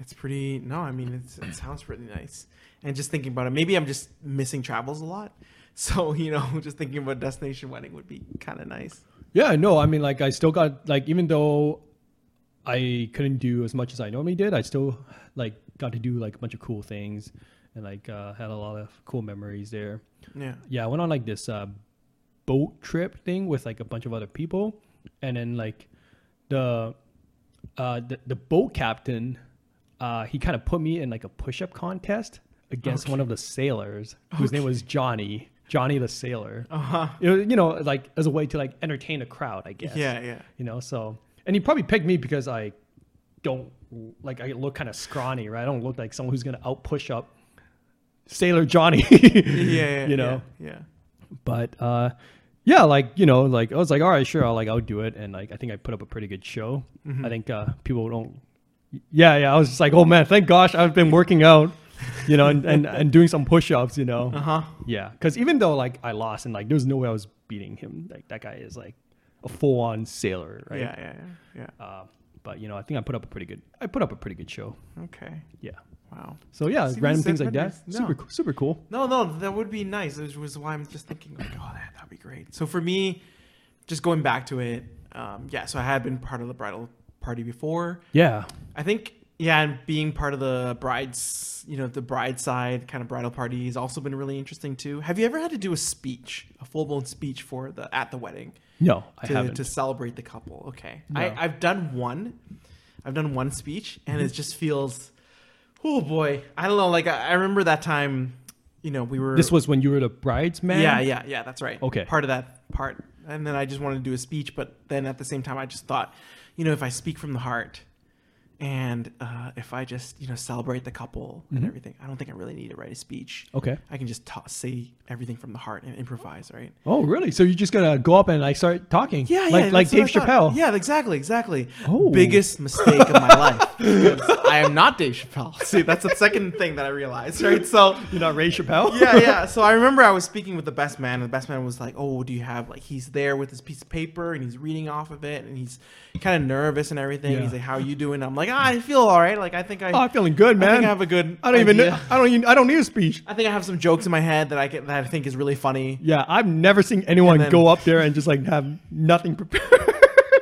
[SPEAKER 2] it's pretty. No, I mean, it's, it sounds pretty nice. And just thinking about it, maybe I'm just missing travels a lot. So you know, just thinking about destination wedding would be kind of nice.
[SPEAKER 1] Yeah, no, I mean, like, I still got like, even though I couldn't do as much as I normally did, I still like got to do like a bunch of cool things and like uh, had a lot of cool memories there.
[SPEAKER 2] Yeah.
[SPEAKER 1] Yeah, I went on like this uh, boat trip thing with like a bunch of other people, and then like the uh, the, the boat captain, uh, he kind of put me in like a push up contest against one of the sailors whose name was Johnny. Johnny the Sailor.
[SPEAKER 2] Uh huh.
[SPEAKER 1] It was, you know, like as a way to like entertain a crowd, I guess.
[SPEAKER 2] Yeah, yeah.
[SPEAKER 1] You know, so and he probably picked me because I don't like I look kind of scrawny, right? I don't look like someone who's gonna out push up Sailor Johnny.
[SPEAKER 2] Yeah, yeah,
[SPEAKER 1] you know.
[SPEAKER 2] Yeah. yeah.
[SPEAKER 1] But uh, yeah, like you know, like I was like, all right, sure, I'll like I'll do it, and like I think I put up a pretty good show. I think uh, people don't. Yeah, yeah. I was just like, oh man, thank gosh, I've been working out, you know, and and, and doing some push-ups, you know.
[SPEAKER 2] Uh huh.
[SPEAKER 1] Yeah, because even though like I lost and like there was no way I was beating him, like that guy is like a full-on sailor, right?
[SPEAKER 2] Yeah, yeah, yeah,
[SPEAKER 1] Uh, but you know, I think I put up a pretty good. I put up a pretty good show.
[SPEAKER 2] yeah. Okay.
[SPEAKER 1] Yeah.
[SPEAKER 2] Wow.
[SPEAKER 1] So yeah,
[SPEAKER 2] See,
[SPEAKER 1] random
[SPEAKER 2] that's-
[SPEAKER 1] things like that.
[SPEAKER 2] that's nice.
[SPEAKER 1] Super,
[SPEAKER 2] No.
[SPEAKER 1] cool- super cool.
[SPEAKER 2] No, no, that would be nice. Which was why I'm just thinking, like, oh, that that'd be great. So for me, just going back to it, um, yeah. So I had been part of the bridal party before.
[SPEAKER 1] Yeah.
[SPEAKER 2] I think, yeah, and being part of the bride's, you know, the bride side kind of bridal party has also been really interesting too. Have you ever had to do a speech, a full blown speech for the at the wedding?
[SPEAKER 1] No, I
[SPEAKER 2] to,
[SPEAKER 1] haven't.
[SPEAKER 2] to celebrate the couple. Okay.
[SPEAKER 1] No. Mm-hmm.
[SPEAKER 2] I, I've done one. I've done one speech and it just feels oh boy. I don't know, like I, I remember that time, you know, we were
[SPEAKER 1] This was when you were the bridesmaid.
[SPEAKER 2] Yeah, yeah, yeah, that's right.
[SPEAKER 1] Okay.
[SPEAKER 2] Part of that part. And then I just wanted to do a speech, but then at the same time I just thought, you know, if I speak from the heart and uh, if I just, you know, celebrate the couple
[SPEAKER 1] Mm-hmm.
[SPEAKER 2] and everything, I don't think I really need to write a speech.
[SPEAKER 1] Okay.
[SPEAKER 2] I can just ta say everything from the heart and improvise, right?
[SPEAKER 1] Oh, really? So you're just gonna go up and like start talking?
[SPEAKER 2] Yeah,
[SPEAKER 1] like
[SPEAKER 2] yeah,
[SPEAKER 1] like Dave
[SPEAKER 2] that's what I thought.
[SPEAKER 1] Chappelle.
[SPEAKER 2] Yeah, exactly, exactly.
[SPEAKER 1] Oh.
[SPEAKER 2] Biggest mistake of my life. because I am not Dave Chappelle. See, that's the second thing that I realized, right? So
[SPEAKER 1] You're not Ray Chappelle.
[SPEAKER 2] yeah, yeah. So I remember I was speaking with the best man, and the best man was like, "Oh, do you have like?" He's there with his piece of paper, and he's reading off of it, and he's kind of nervous and everything.
[SPEAKER 1] Yeah.
[SPEAKER 2] He's like, "How you doing?" I'm like, ah, "I feel all right. Like I think I,
[SPEAKER 1] Oh, I'm feeling good,
[SPEAKER 2] I
[SPEAKER 1] man.
[SPEAKER 2] think I have a good.
[SPEAKER 1] I don't even.
[SPEAKER 2] idea.
[SPEAKER 1] Know, I don't. Even, I don't need a speech.
[SPEAKER 2] I think I have some jokes in my head that I get that I think is really funny.
[SPEAKER 1] Yeah, I've never seen anyone
[SPEAKER 2] And then-
[SPEAKER 1] go up there and just like have nothing prepared.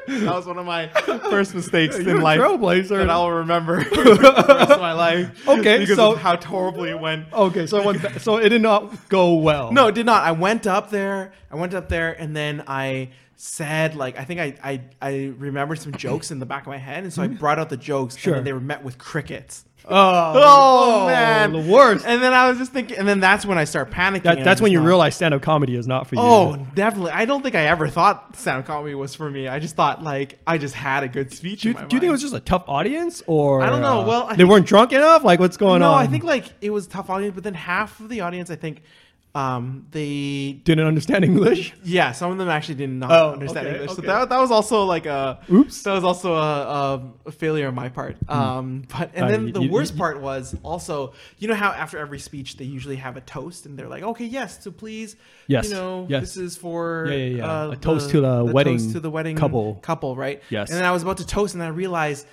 [SPEAKER 2] That was one of my first mistakes
[SPEAKER 1] You're
[SPEAKER 2] in
[SPEAKER 1] a
[SPEAKER 2] life.
[SPEAKER 1] trailblazer.
[SPEAKER 2] that I'll remember for the rest of my life.
[SPEAKER 1] Okay,
[SPEAKER 2] because
[SPEAKER 1] so-
[SPEAKER 2] of how horribly it went.
[SPEAKER 1] okay, so it went, ba- so it did not go well.
[SPEAKER 2] No, it did not. I went up there. I went up there, and then I said, like, I think I I, I remembered some jokes in the back of my head, and so I brought out the jokes,
[SPEAKER 1] Sure.
[SPEAKER 2] and then they were met with crickets.
[SPEAKER 1] Oh,
[SPEAKER 2] Oh, man,
[SPEAKER 1] the worst.
[SPEAKER 2] And then I was just thinking, and then that's when I start panicking.
[SPEAKER 1] That,
[SPEAKER 2] and
[SPEAKER 1] that's
[SPEAKER 2] I'm
[SPEAKER 1] when
[SPEAKER 2] just
[SPEAKER 1] you
[SPEAKER 2] not-
[SPEAKER 1] realize stand-up comedy is not for you.
[SPEAKER 2] Oh, definitely. I don't think I ever thought stand-up comedy was for me. I just thought like I just had a good speech.
[SPEAKER 1] Do you,
[SPEAKER 2] in my
[SPEAKER 1] do you think it
[SPEAKER 2] mind.
[SPEAKER 1] was just a tough audience, or
[SPEAKER 2] I don't know.
[SPEAKER 1] uh,
[SPEAKER 2] Well, I
[SPEAKER 1] they weren't drunk enough. Like, what's going
[SPEAKER 2] No,
[SPEAKER 1] on?
[SPEAKER 2] I think like it was tough audience, but then half of the audience, I think, um, they
[SPEAKER 1] didn't understand English.
[SPEAKER 2] yeah, some of them actually did not
[SPEAKER 1] Oh,
[SPEAKER 2] understand
[SPEAKER 1] okay,
[SPEAKER 2] English. So
[SPEAKER 1] okay.
[SPEAKER 2] that, that was also like a
[SPEAKER 1] Oops.
[SPEAKER 2] That was also a, a, a failure on my part. Um, but and
[SPEAKER 1] Uh,
[SPEAKER 2] then
[SPEAKER 1] you-
[SPEAKER 2] the
[SPEAKER 1] you-
[SPEAKER 2] worst
[SPEAKER 1] you-
[SPEAKER 2] part was also you know how after every speech they usually have a toast and they're like okay yes so please
[SPEAKER 1] Yes,
[SPEAKER 2] you know
[SPEAKER 1] yes.
[SPEAKER 2] this is for
[SPEAKER 1] Yeah, yeah, yeah.
[SPEAKER 2] uh,
[SPEAKER 1] A toast to the wedding
[SPEAKER 2] toast to the wedding
[SPEAKER 1] couple.
[SPEAKER 2] couple right
[SPEAKER 1] Yes.
[SPEAKER 2] and then I was about to toast and I realized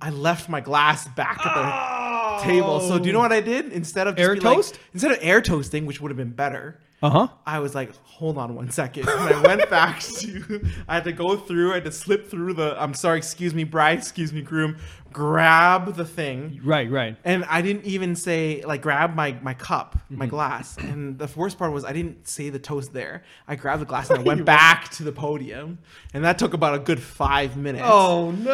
[SPEAKER 2] I left my glass back at the table. So do you know what I did? Instead of just
[SPEAKER 1] Air
[SPEAKER 2] be like-
[SPEAKER 1] toast?
[SPEAKER 2] instead of air toasting, which would have been better,
[SPEAKER 1] Uh huh.
[SPEAKER 2] I was like, hold on one second. And I went back to I had to go through, I had to slip through the I'm sorry, excuse me, bride, excuse me, groom, grab the thing.
[SPEAKER 1] Right, right.
[SPEAKER 2] And I didn't even say like grab my my cup, my
[SPEAKER 1] Mm-hmm.
[SPEAKER 2] glass. And the worst part was I didn't say the toast there. I grabbed the glass and I went back to the podium. And that took about a good five minutes.
[SPEAKER 1] Oh. no!
[SPEAKER 2] And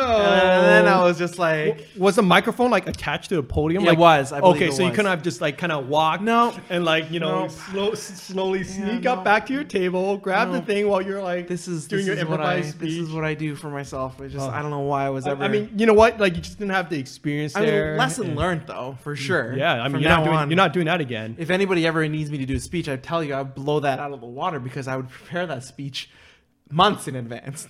[SPEAKER 2] then I was just like
[SPEAKER 1] was the microphone like attached to the podium?
[SPEAKER 2] It
[SPEAKER 1] like,
[SPEAKER 2] was, I believe
[SPEAKER 1] okay,
[SPEAKER 2] it
[SPEAKER 1] so you
[SPEAKER 2] was.
[SPEAKER 1] couldn't have just like kind of walked.
[SPEAKER 2] No.
[SPEAKER 1] And like you know,
[SPEAKER 2] No.
[SPEAKER 1] slow, s- slowly sneak
[SPEAKER 2] no.
[SPEAKER 1] up back to your table, grab the
[SPEAKER 2] No.
[SPEAKER 1] thing while you're like
[SPEAKER 2] this is
[SPEAKER 1] doing your
[SPEAKER 2] this is what I
[SPEAKER 1] improvised
[SPEAKER 2] this
[SPEAKER 1] speech.
[SPEAKER 2] is what I do for myself. I just
[SPEAKER 1] Oh.
[SPEAKER 2] I don't know why I was
[SPEAKER 1] I-
[SPEAKER 2] ever.
[SPEAKER 1] I mean, you know what? Like you just didn't have the experience
[SPEAKER 2] I mean,
[SPEAKER 1] there.
[SPEAKER 2] lesson
[SPEAKER 1] and-
[SPEAKER 2] learned though for sure.
[SPEAKER 1] Yeah, I
[SPEAKER 2] From
[SPEAKER 1] mean, you're not
[SPEAKER 2] now
[SPEAKER 1] doing
[SPEAKER 2] on,
[SPEAKER 1] you're not doing that again.
[SPEAKER 2] If anybody ever needs me to do a speech, I tell you, I blow that out of the water because I would prepare that speech months in advance.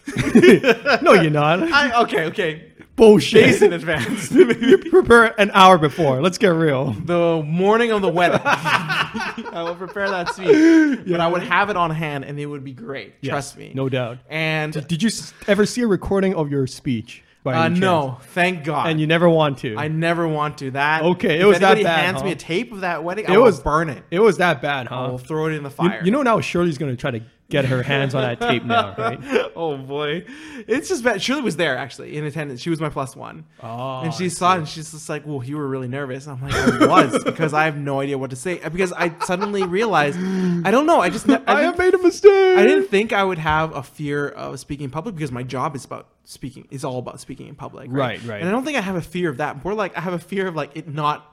[SPEAKER 1] no, you're not.
[SPEAKER 2] I, okay, okay, days
[SPEAKER 1] Bullshit.
[SPEAKER 2] in advance.
[SPEAKER 1] you prepare an hour before. Let's get real.
[SPEAKER 2] the morning of the wedding, I will prepare that speech, but I would have it on hand, and it would be great.
[SPEAKER 1] Yes,
[SPEAKER 2] Trust me.
[SPEAKER 1] no doubt.
[SPEAKER 2] And
[SPEAKER 1] Did you s- ever see a recording of your speech? By
[SPEAKER 2] uh,
[SPEAKER 1] any chance?
[SPEAKER 2] no, thank God.
[SPEAKER 1] And you never want to.
[SPEAKER 2] I never want to. That
[SPEAKER 1] Okay, it
[SPEAKER 2] if
[SPEAKER 1] was that
[SPEAKER 2] anybody
[SPEAKER 1] bad,
[SPEAKER 2] Hands me
[SPEAKER 1] huh?
[SPEAKER 2] a tape of that wedding.
[SPEAKER 1] It
[SPEAKER 2] I will
[SPEAKER 1] was-
[SPEAKER 2] burn it.
[SPEAKER 1] It was that bad, huh?
[SPEAKER 2] I will throw it in the
[SPEAKER 1] You-
[SPEAKER 2] fire.
[SPEAKER 1] You, know now Shirley's gonna try to get her hands on that tape now, right?
[SPEAKER 2] oh boy, it's just bad. Shirley was there actually in attendance. She was my plus one,
[SPEAKER 1] Oh,
[SPEAKER 2] and
[SPEAKER 1] I
[SPEAKER 2] she saw it and she's just like, "Well, you were really nervous." And I'm like, "I was because I have no idea what to say because I suddenly realized I don't know. I just ne-
[SPEAKER 1] I
[SPEAKER 2] I,
[SPEAKER 1] have
[SPEAKER 2] didn't,
[SPEAKER 1] made a mistake.
[SPEAKER 2] I
[SPEAKER 1] Mm-hmm.
[SPEAKER 2] didn't think I would have a fear of speaking in public because my job is about speaking. It's all about speaking in public, right?
[SPEAKER 1] Right, right.
[SPEAKER 2] And I don't think I have a fear of that. More like I have a fear of like it not.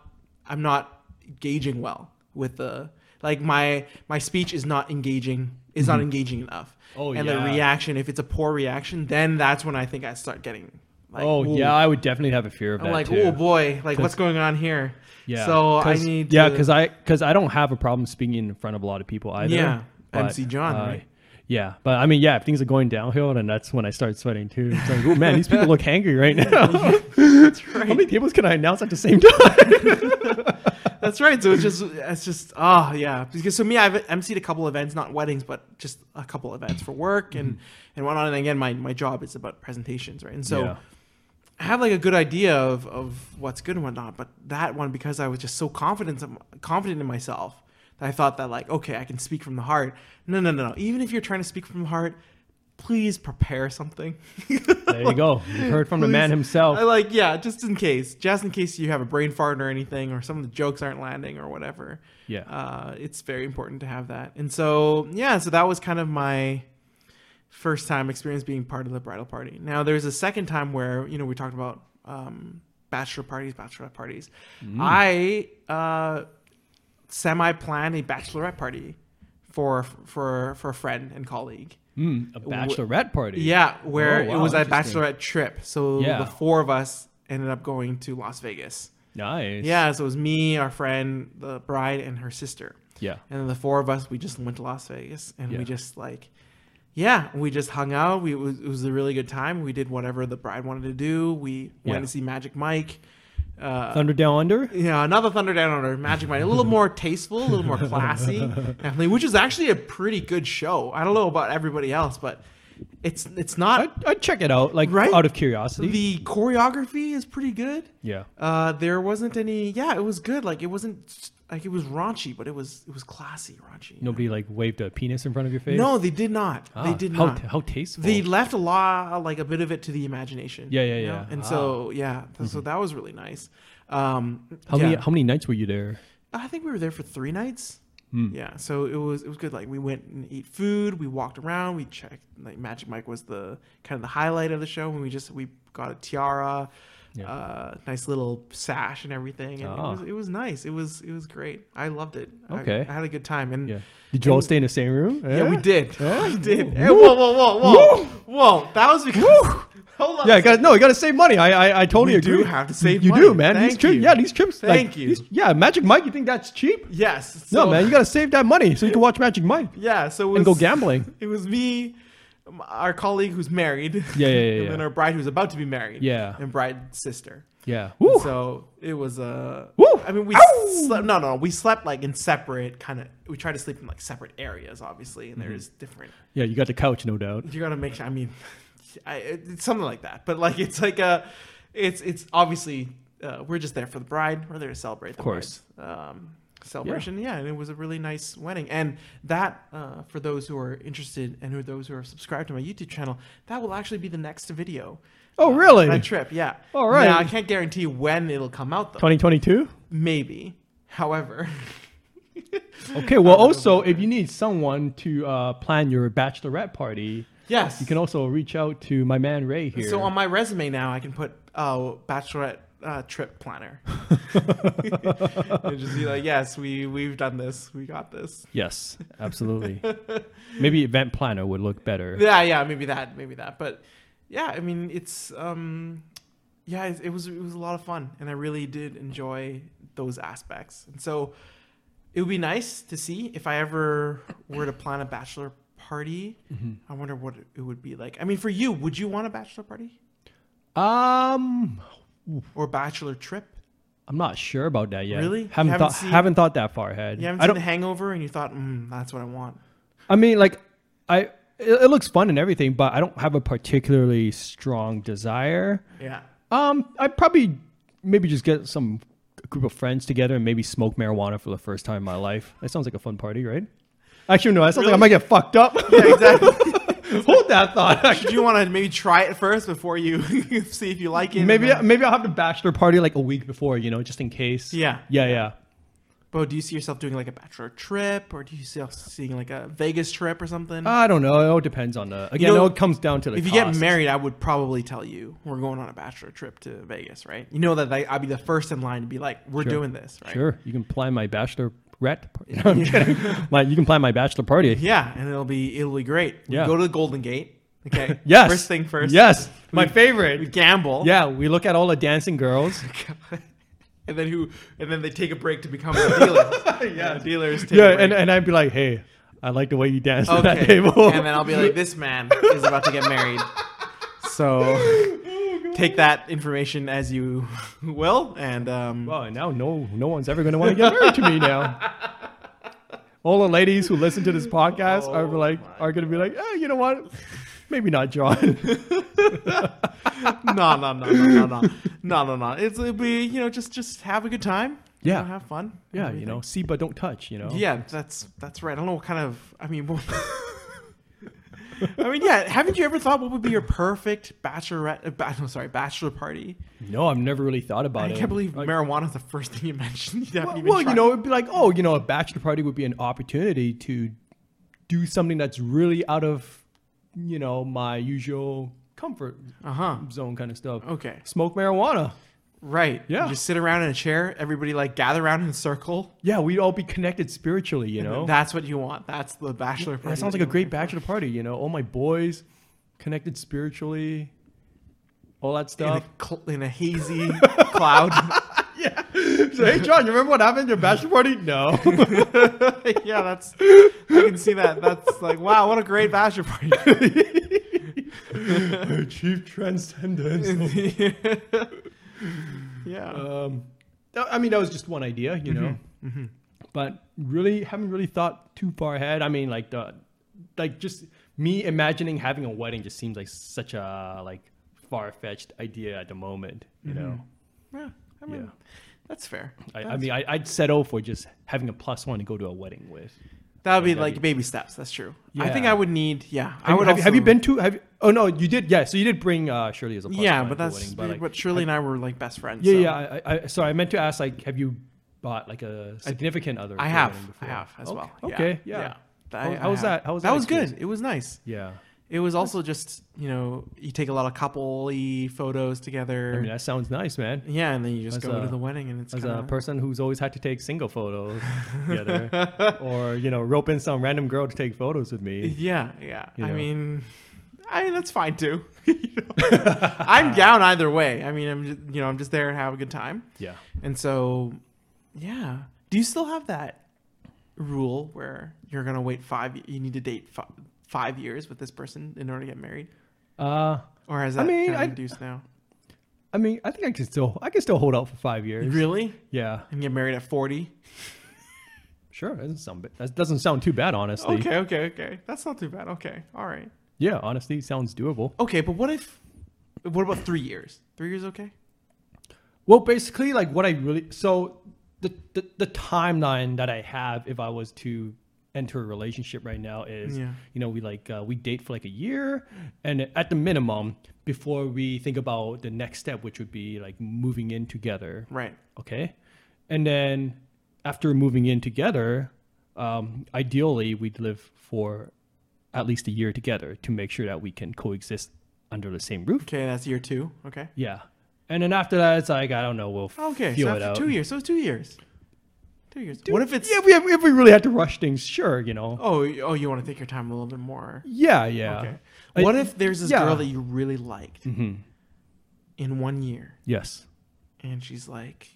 [SPEAKER 2] I'm not gauging well with the Like my my speech is not engaging is not engaging enough.
[SPEAKER 1] Mm-hmm. Oh,
[SPEAKER 2] and the
[SPEAKER 1] yeah.
[SPEAKER 2] reaction, if it's a poor reaction, then that's when I think I start getting like
[SPEAKER 1] oh
[SPEAKER 2] ooh.
[SPEAKER 1] yeah, I would definitely have a fear of
[SPEAKER 2] I'm
[SPEAKER 1] that
[SPEAKER 2] like,
[SPEAKER 1] too.
[SPEAKER 2] oh boy, like what's going on here?
[SPEAKER 1] yeah.
[SPEAKER 2] So I
[SPEAKER 1] 'Cause-
[SPEAKER 2] need
[SPEAKER 1] yeah,
[SPEAKER 2] to-
[SPEAKER 1] because I because I don't have a problem speaking in front of a lot of people either. uh,
[SPEAKER 2] Yeah, MC John, right?
[SPEAKER 1] Yeah, but I mean, yeah, if things are going downhill, then that's when I start sweating too. It's like, oh man, these people look hangry right now. How many tables can I announce at the same time?
[SPEAKER 2] That's right. So it's just, it's just, oh yeah. Because so me, I've emceed a couple events, not weddings, but just a couple events for work and and whatnot. And again, my my job is about presentations, right? And so
[SPEAKER 1] Yeah.
[SPEAKER 2] I have like a good idea of of what's good and whatnot. But that one, because I was just so confident of- confident in myself, that I thought that like, okay, I can speak from the heart. No, no, no, no. Even if you're trying to speak from the heart, please prepare something.
[SPEAKER 1] there you go. You heard from the man
[SPEAKER 2] Please.
[SPEAKER 1] himself.
[SPEAKER 2] I like, yeah, just in case, just in case you have a brain fart or anything, or some of the jokes aren't landing or whatever.
[SPEAKER 1] Yeah.
[SPEAKER 2] uh, it's very important to have that. And so, yeah, so that was kind of my first time experience being part of the bridal party. Now, there was a second time where you know we talked about um, bachelor parties, bachelorette parties.
[SPEAKER 1] Mm.
[SPEAKER 2] I uh, semi planned a bachelorette party for for for a friend and colleague.
[SPEAKER 1] Mm, a bachelorette party.
[SPEAKER 2] Yeah, where
[SPEAKER 1] Oh, wow,
[SPEAKER 2] it was a
[SPEAKER 1] interesting.
[SPEAKER 2] bachelorette trip. So
[SPEAKER 1] Yeah.
[SPEAKER 2] the four of us ended up going to Las Vegas.
[SPEAKER 1] Nice.
[SPEAKER 2] Yeah, so it was me, our friend, the bride, and her sister.
[SPEAKER 1] Yeah.
[SPEAKER 2] And then the four of us, we just went to Las Vegas and
[SPEAKER 1] Yeah.
[SPEAKER 2] we just like, yeah, we just hung out. We it was, it was a really good time. We did whatever the bride wanted to do. We
[SPEAKER 1] Yeah.
[SPEAKER 2] went to see Magic Mike. Uh,
[SPEAKER 1] Thunder down under.
[SPEAKER 2] yeah, another Thunder Down Under, Magic Mike, a little more tasteful, a little more classy, definitely, which is actually a pretty good show. I don't know about everybody else, but it's it's
[SPEAKER 1] I'd,
[SPEAKER 2] not
[SPEAKER 1] I'd check it out, like
[SPEAKER 2] Right?
[SPEAKER 1] out of curiosity.
[SPEAKER 2] the choreography is pretty good.
[SPEAKER 1] yeah.
[SPEAKER 2] Uh, there wasn't any. Yeah, it was good. Like it wasn't like it was raunchy, but it was it was classy raunchy.
[SPEAKER 1] Nobody like waved a penis in front of your face.
[SPEAKER 2] No, they did not.
[SPEAKER 1] Ah,
[SPEAKER 2] they did
[SPEAKER 1] how,
[SPEAKER 2] not.
[SPEAKER 1] How tasteful.
[SPEAKER 2] they left a lot, like a bit of it to the imagination.
[SPEAKER 1] Yeah, yeah,
[SPEAKER 2] you know?
[SPEAKER 1] yeah.
[SPEAKER 2] And
[SPEAKER 1] Ah. Mm-hmm.
[SPEAKER 2] so, yeah, th- so that was really nice. Um,
[SPEAKER 1] how
[SPEAKER 2] yeah.
[SPEAKER 1] many how many nights were you there?
[SPEAKER 2] I think we were there for three nights.
[SPEAKER 1] Hmm.
[SPEAKER 2] Yeah, so it was it was good. Like we went and ate food, we walked around, we checked. Like Magic Mike was the kind of the highlight of the show, and we just we got a tiara,
[SPEAKER 1] Yeah.
[SPEAKER 2] uh, nice little sash and everything, and
[SPEAKER 1] Ah.
[SPEAKER 2] it, was, it was nice. It was it was great. I loved it. I-
[SPEAKER 1] Okay.
[SPEAKER 2] I, had a good time, and
[SPEAKER 1] Yeah. Did you all stay in the same room?
[SPEAKER 2] yeah, we did. we did. Hey,
[SPEAKER 1] Woo.
[SPEAKER 2] whoa, whoa, whoa, whoa, whoa! That was because. Hold on.
[SPEAKER 1] Yeah,
[SPEAKER 2] a
[SPEAKER 1] I got no. You got to save money. I I, I totally
[SPEAKER 2] We do
[SPEAKER 1] agree.
[SPEAKER 2] have to save
[SPEAKER 1] You
[SPEAKER 2] money.
[SPEAKER 1] do, man. these
[SPEAKER 2] Thank
[SPEAKER 1] trips,
[SPEAKER 2] you.
[SPEAKER 1] yeah, these trips. like,
[SPEAKER 2] Thank you.
[SPEAKER 1] these- yeah, Magic Mike. You think that's cheap?
[SPEAKER 2] second. Yes.
[SPEAKER 1] no,
[SPEAKER 2] so-
[SPEAKER 1] man. You got to save that money so you can watch Magic Mike
[SPEAKER 2] Yeah. So it was,
[SPEAKER 1] and go gambling.
[SPEAKER 2] It was me, um, our colleague who's married.
[SPEAKER 1] Yeah, yeah, yeah,
[SPEAKER 2] and
[SPEAKER 1] yeah.
[SPEAKER 2] then our bride who's about to be married.
[SPEAKER 1] Yeah.
[SPEAKER 2] And bride's sister.
[SPEAKER 1] Yeah.
[SPEAKER 2] And
[SPEAKER 1] Woo.
[SPEAKER 2] So it was a.
[SPEAKER 1] Woo!
[SPEAKER 2] I mean, we
[SPEAKER 1] Ow!
[SPEAKER 2] slept. No, no, we slept like in separate kind of. We tried to sleep in like separate areas, obviously, and
[SPEAKER 1] Mm-hmm.
[SPEAKER 2] there's different.
[SPEAKER 1] yeah, you got the couch, no doubt.
[SPEAKER 2] You gotta make sure. I mean, I, it- it's something like that. But like, it's like a. It's it's obviously uh, we're just there for the bride. We're there to celebrate. Of
[SPEAKER 1] course.
[SPEAKER 2] um, celebration. Yeah. and it was a really nice wedding. And that, uh, for those who are interested and who those who are subscribed to my YouTube channel, that will actually be the next video.
[SPEAKER 1] Oh, really?
[SPEAKER 2] That trip, yeah.
[SPEAKER 1] All right.
[SPEAKER 2] Now I can't guarantee when it'll come out though.
[SPEAKER 1] 2022.
[SPEAKER 2] Maybe. However,
[SPEAKER 1] Okay. Well, also, if you need someone to uh, plan your bachelorette party,
[SPEAKER 2] yes.
[SPEAKER 1] you can also reach out to my man Ray here.
[SPEAKER 2] So on my resume now, I can put uh, bachelorette uh, trip planner. and just be like, yes, we we've done this, we got this.
[SPEAKER 1] yes, absolutely. Maybe event planner would look better.
[SPEAKER 2] Yeah, yeah, maybe that, maybe that. But yeah, I mean, it's um, yeah, it, it was it was a lot of fun, and I really did enjoy those aspects. And so it would be nice to see if I ever were to plan a bachelor party. I wonder what it would be like. I mean, for you, would you want a bachelor party
[SPEAKER 1] Um,
[SPEAKER 2] or bachelor trip?
[SPEAKER 1] I'm not sure about that yet.
[SPEAKER 2] Really? You
[SPEAKER 1] Haven't,
[SPEAKER 2] haven't
[SPEAKER 1] thought
[SPEAKER 2] seen-
[SPEAKER 1] haven't thought that far ahead.
[SPEAKER 2] You haven't
[SPEAKER 1] I
[SPEAKER 2] seen
[SPEAKER 1] don't.
[SPEAKER 2] The Hangover, and you thought, mm, that's what I want.
[SPEAKER 1] I mean, like, I it, it looks fun and everything, but I don't have a particularly strong desire.
[SPEAKER 2] Yeah.
[SPEAKER 1] Um, I probably maybe just get some group of friends together and maybe smoke marijuana for the first time in my life. That sounds like a fun party, right? Actually, no. That sounds like I
[SPEAKER 2] Really?
[SPEAKER 1] might get fucked up.
[SPEAKER 2] Yeah, exactly.
[SPEAKER 1] Hold that thought.
[SPEAKER 2] Should you want to maybe try it first before you see if you like it? and
[SPEAKER 1] Maybe
[SPEAKER 2] then-
[SPEAKER 1] maybe I'll have the bachelor party like a week before, you know, just in case.
[SPEAKER 2] Yeah.
[SPEAKER 1] Yeah, yeah.
[SPEAKER 2] Bo, do you see yourself doing like a bachelor trip, or do you see yourself seeing like a Vegas trip or something?
[SPEAKER 1] I don't know. It all depends on the again.
[SPEAKER 2] know,
[SPEAKER 1] it all comes down to the.
[SPEAKER 2] if you get
[SPEAKER 1] cost.
[SPEAKER 2] married, I would probably tell you we're going on a bachelor trip to Vegas, right? You know that I, I'd be the first in line to be like, we're doing this, right?
[SPEAKER 1] Sure, you can plan my bachelor rat. Party. No, I'm kidding. My, you can plan my bachelor party.
[SPEAKER 2] Yeah, and it'll be it'll be great. We
[SPEAKER 1] Yeah.
[SPEAKER 2] go to the Golden Gate. Okay.
[SPEAKER 1] Yes.
[SPEAKER 2] First thing first.
[SPEAKER 1] Yes. My
[SPEAKER 2] We
[SPEAKER 1] favorite.
[SPEAKER 2] gamble.
[SPEAKER 1] Yeah, we look at all the dancing girls.
[SPEAKER 2] And then who? And then they take a break to become the dealers.
[SPEAKER 1] Yes.
[SPEAKER 2] The dealers. Take
[SPEAKER 1] yeah,
[SPEAKER 2] a break.
[SPEAKER 1] and, and I'd be like, hey, I like the way you dance at
[SPEAKER 2] okay.
[SPEAKER 1] that table.
[SPEAKER 2] and then I'll be like, this man is about to get married. So
[SPEAKER 1] Oh,
[SPEAKER 2] take that information as you will. And um,
[SPEAKER 1] Well, now no no one's ever going to want to get married to me now. All the ladies who listen to this podcast are
[SPEAKER 2] Oh
[SPEAKER 1] like
[SPEAKER 2] my
[SPEAKER 1] are going to be like, eh, you know what? Maybe not John.
[SPEAKER 2] no, no, no, no, no, no, no, no, no. It's, it'll be you know just just have a good time. You
[SPEAKER 1] Yeah.
[SPEAKER 2] know, have fun. and
[SPEAKER 1] yeah, you
[SPEAKER 2] everything.
[SPEAKER 1] know, see but don't touch. You know.
[SPEAKER 2] Yeah, that's that's right. I don't know what kind of. I mean, what, I mean, yeah. Haven't you ever thought what would be your perfect bachelorette? Uh, ba- no, sorry, bachelor party.
[SPEAKER 1] No, I've never really thought about
[SPEAKER 2] I
[SPEAKER 1] it.
[SPEAKER 2] can't believe
[SPEAKER 1] Like,
[SPEAKER 2] marijuana's the first thing you mentioned. You haven't
[SPEAKER 1] well,
[SPEAKER 2] even
[SPEAKER 1] well, you
[SPEAKER 2] tried.
[SPEAKER 1] know, it'd be like, oh, you know, a bachelor party would be an opportunity to do something that's really out of, you know, my usual comfort
[SPEAKER 2] Uh huh.
[SPEAKER 1] zone kind of stuff.
[SPEAKER 2] Okay.
[SPEAKER 1] Smoke marijuana.
[SPEAKER 2] Right.
[SPEAKER 1] Yeah.
[SPEAKER 2] You just sit around in a chair. Everybody like gather around in a circle.
[SPEAKER 1] Yeah, we'd all be connected spiritually. You know.
[SPEAKER 2] That's what you want. That's the bachelor party.
[SPEAKER 1] That sounds like
[SPEAKER 2] you
[SPEAKER 1] a great
[SPEAKER 2] want.
[SPEAKER 1] bachelor party, you know. All my boys connected spiritually, all that
[SPEAKER 2] In
[SPEAKER 1] stuff.
[SPEAKER 2] a, cl- in a hazy cloud.
[SPEAKER 1] yeah. So, hey, John, you remember what happened at your bachelor party? No.
[SPEAKER 2] yeah, that's. I can see that. That's like wow, what a great bachelor party.
[SPEAKER 1] Chief transcendence.
[SPEAKER 2] yeah.
[SPEAKER 1] um, that- I mean, that was just one idea, you know. Mm-hmm. But really, haven't really thought too far ahead. I mean, like the, like just me imagining having a wedding just seems like such a like far fetched idea at the moment, you know.
[SPEAKER 2] yeah. I mean,
[SPEAKER 1] Yeah.
[SPEAKER 2] that's fair.
[SPEAKER 1] I, I
[SPEAKER 2] That's-
[SPEAKER 1] mean, I, I'd settle for just having a plus one to go to a wedding with.
[SPEAKER 2] that would be
[SPEAKER 1] that'd
[SPEAKER 2] like
[SPEAKER 1] be-
[SPEAKER 2] baby steps. That's true. I think
[SPEAKER 1] Yeah.
[SPEAKER 2] I would need. Yeah, I
[SPEAKER 1] Have,
[SPEAKER 2] would.
[SPEAKER 1] have, have you
[SPEAKER 2] also-
[SPEAKER 1] been to? Have you, oh no, you did. Yeah, so you did bring uh, Shirley as a plus
[SPEAKER 2] Yeah,
[SPEAKER 1] one
[SPEAKER 2] but
[SPEAKER 1] to a
[SPEAKER 2] that's.
[SPEAKER 1] wedding,
[SPEAKER 2] but,
[SPEAKER 1] like,
[SPEAKER 2] Shirley and I were like best friends.
[SPEAKER 1] yeah,
[SPEAKER 2] so.
[SPEAKER 1] yeah. I, I, I- so I meant to ask, like, have you bought like a significant other?
[SPEAKER 2] I
[SPEAKER 1] for a
[SPEAKER 2] have.
[SPEAKER 1] wedding
[SPEAKER 2] I
[SPEAKER 1] before?
[SPEAKER 2] have as
[SPEAKER 1] okay.
[SPEAKER 2] well.
[SPEAKER 1] Okay. Yeah. Yeah.
[SPEAKER 2] I-
[SPEAKER 1] How-
[SPEAKER 2] I
[SPEAKER 1] how was
[SPEAKER 2] have.
[SPEAKER 1] that- how was
[SPEAKER 2] that?
[SPEAKER 1] that
[SPEAKER 2] was good.
[SPEAKER 1] experience?
[SPEAKER 2] It was nice.
[SPEAKER 1] yeah.
[SPEAKER 2] It was also just you know you take a lot of couple photos together.
[SPEAKER 1] I mean, that sounds nice, man.
[SPEAKER 2] yeah, and then you just
[SPEAKER 1] as
[SPEAKER 2] go
[SPEAKER 1] a-
[SPEAKER 2] to the wedding and it's
[SPEAKER 1] As
[SPEAKER 2] kinda,
[SPEAKER 1] a person who's always had to take single photos together, or you know, rope in some random girl to take photos with me.
[SPEAKER 2] Yeah, yeah.
[SPEAKER 1] You
[SPEAKER 2] I
[SPEAKER 1] know.
[SPEAKER 2] mean, I mean that's fine too. You know? I'm down either way. I mean, I'm just, you know I'm just there to have a good time,
[SPEAKER 1] Yeah.
[SPEAKER 2] and so yeah. Do you still have that rule where you're gonna wait five? You need to date five, five years with this person in order to get married,
[SPEAKER 1] Uh,
[SPEAKER 2] or has
[SPEAKER 1] I
[SPEAKER 2] that
[SPEAKER 1] mean,
[SPEAKER 2] kind of
[SPEAKER 1] I-
[SPEAKER 2] reduced now?
[SPEAKER 1] I mean, I think I can still, I can still hold out for five years.
[SPEAKER 2] Really?
[SPEAKER 1] Yeah.
[SPEAKER 2] And get married at forty?
[SPEAKER 1] Sure. That doesn't sound. ba- That doesn't sound too bad, honestly.
[SPEAKER 2] Okay, okay, okay. That's not too bad. Okay, all right.
[SPEAKER 1] Yeah, honestly, sounds doable.
[SPEAKER 2] Okay, but what if? What about three years? Three years, okay?
[SPEAKER 1] Well, basically, like what I really so the, the the timeline that I have if I was to enter a relationship right now is
[SPEAKER 2] Yeah.
[SPEAKER 1] you know we like uh, we date for like a year and at the minimum before we think about the next step, which would be like moving in together,
[SPEAKER 2] Right.
[SPEAKER 1] okay, and then after moving in together, um, ideally we'd live for at least a year together to make sure that we can coexist under the same roof.
[SPEAKER 2] Okay, that's year two. Okay.
[SPEAKER 1] Yeah. And then after that, it's like I don't know. We'll
[SPEAKER 2] Okay,
[SPEAKER 1] feel
[SPEAKER 2] so
[SPEAKER 1] it
[SPEAKER 2] after
[SPEAKER 1] out.
[SPEAKER 2] two years, so it's two years. Two years. what if it's?
[SPEAKER 1] yeah? We have, if we really had to rush things, sure, you know.
[SPEAKER 2] Oh, y- oh, you want to take your time a little bit more.
[SPEAKER 1] Yeah, yeah.
[SPEAKER 2] Okay.
[SPEAKER 1] I-
[SPEAKER 2] What if there's this
[SPEAKER 1] yeah. Mm-hmm.
[SPEAKER 2] girl that you really liked in one year,
[SPEAKER 1] Yes.
[SPEAKER 2] and she's like,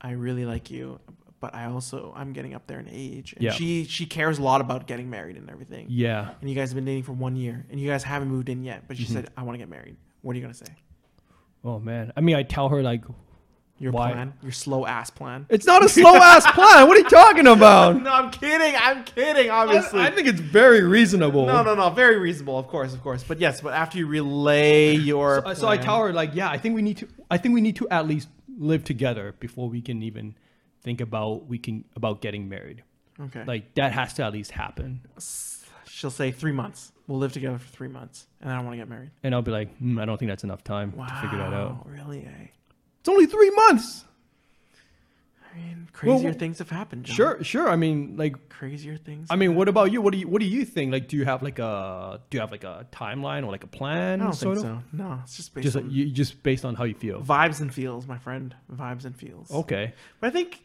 [SPEAKER 2] "I really like you, but I also I'm getting up there in age, and
[SPEAKER 1] Yeah.
[SPEAKER 2] she she cares a lot about getting married and everything."
[SPEAKER 1] Yeah.
[SPEAKER 2] And you guys have been dating for one year, and you guys haven't moved in yet, but
[SPEAKER 1] Mm-hmm.
[SPEAKER 2] she said, "I want to get married." What are you gonna say?
[SPEAKER 1] Oh man. I mean, I tell her like,
[SPEAKER 2] Your
[SPEAKER 1] Why?
[SPEAKER 2] plan, your slow ass plan.
[SPEAKER 1] it's not a slow ass plan. What are you talking about?
[SPEAKER 2] No, I'm kidding. I'm kidding. Obviously,
[SPEAKER 1] I, I think it's very reasonable.
[SPEAKER 2] No, no, no. Very reasonable, of course, of course. But yes, but after you relay your
[SPEAKER 1] Uh, so I
[SPEAKER 2] plan-
[SPEAKER 1] tell her like, yeah, I think we need to. I think we need to at least live together before we can even think about we can about getting married.
[SPEAKER 2] okay, like
[SPEAKER 1] Like that has to at least happen.
[SPEAKER 2] she'll say three months. We'll live together for three months, and I don't want to get married.
[SPEAKER 1] And I'll be like, hmm, I don't think that's enough time
[SPEAKER 2] Wow,
[SPEAKER 1] to figure that out.
[SPEAKER 2] Really? Eh?
[SPEAKER 1] It's only three months.
[SPEAKER 2] I mean, crazier
[SPEAKER 1] well,
[SPEAKER 2] things have happened. John.
[SPEAKER 1] Sure, sure. I mean, like
[SPEAKER 2] crazier things.
[SPEAKER 1] I mean, what about you? What do you What do you think? Like, do you have like a Do you have like a timeline or like a plan?
[SPEAKER 2] I don't
[SPEAKER 1] sort
[SPEAKER 2] think
[SPEAKER 1] of?
[SPEAKER 2] so. No, it's just based
[SPEAKER 1] Just like,
[SPEAKER 2] on
[SPEAKER 1] you, just based on how you feel. Oh.
[SPEAKER 2] vibes and feels, my friend. Vibes and feels.
[SPEAKER 1] Okay.
[SPEAKER 2] But I think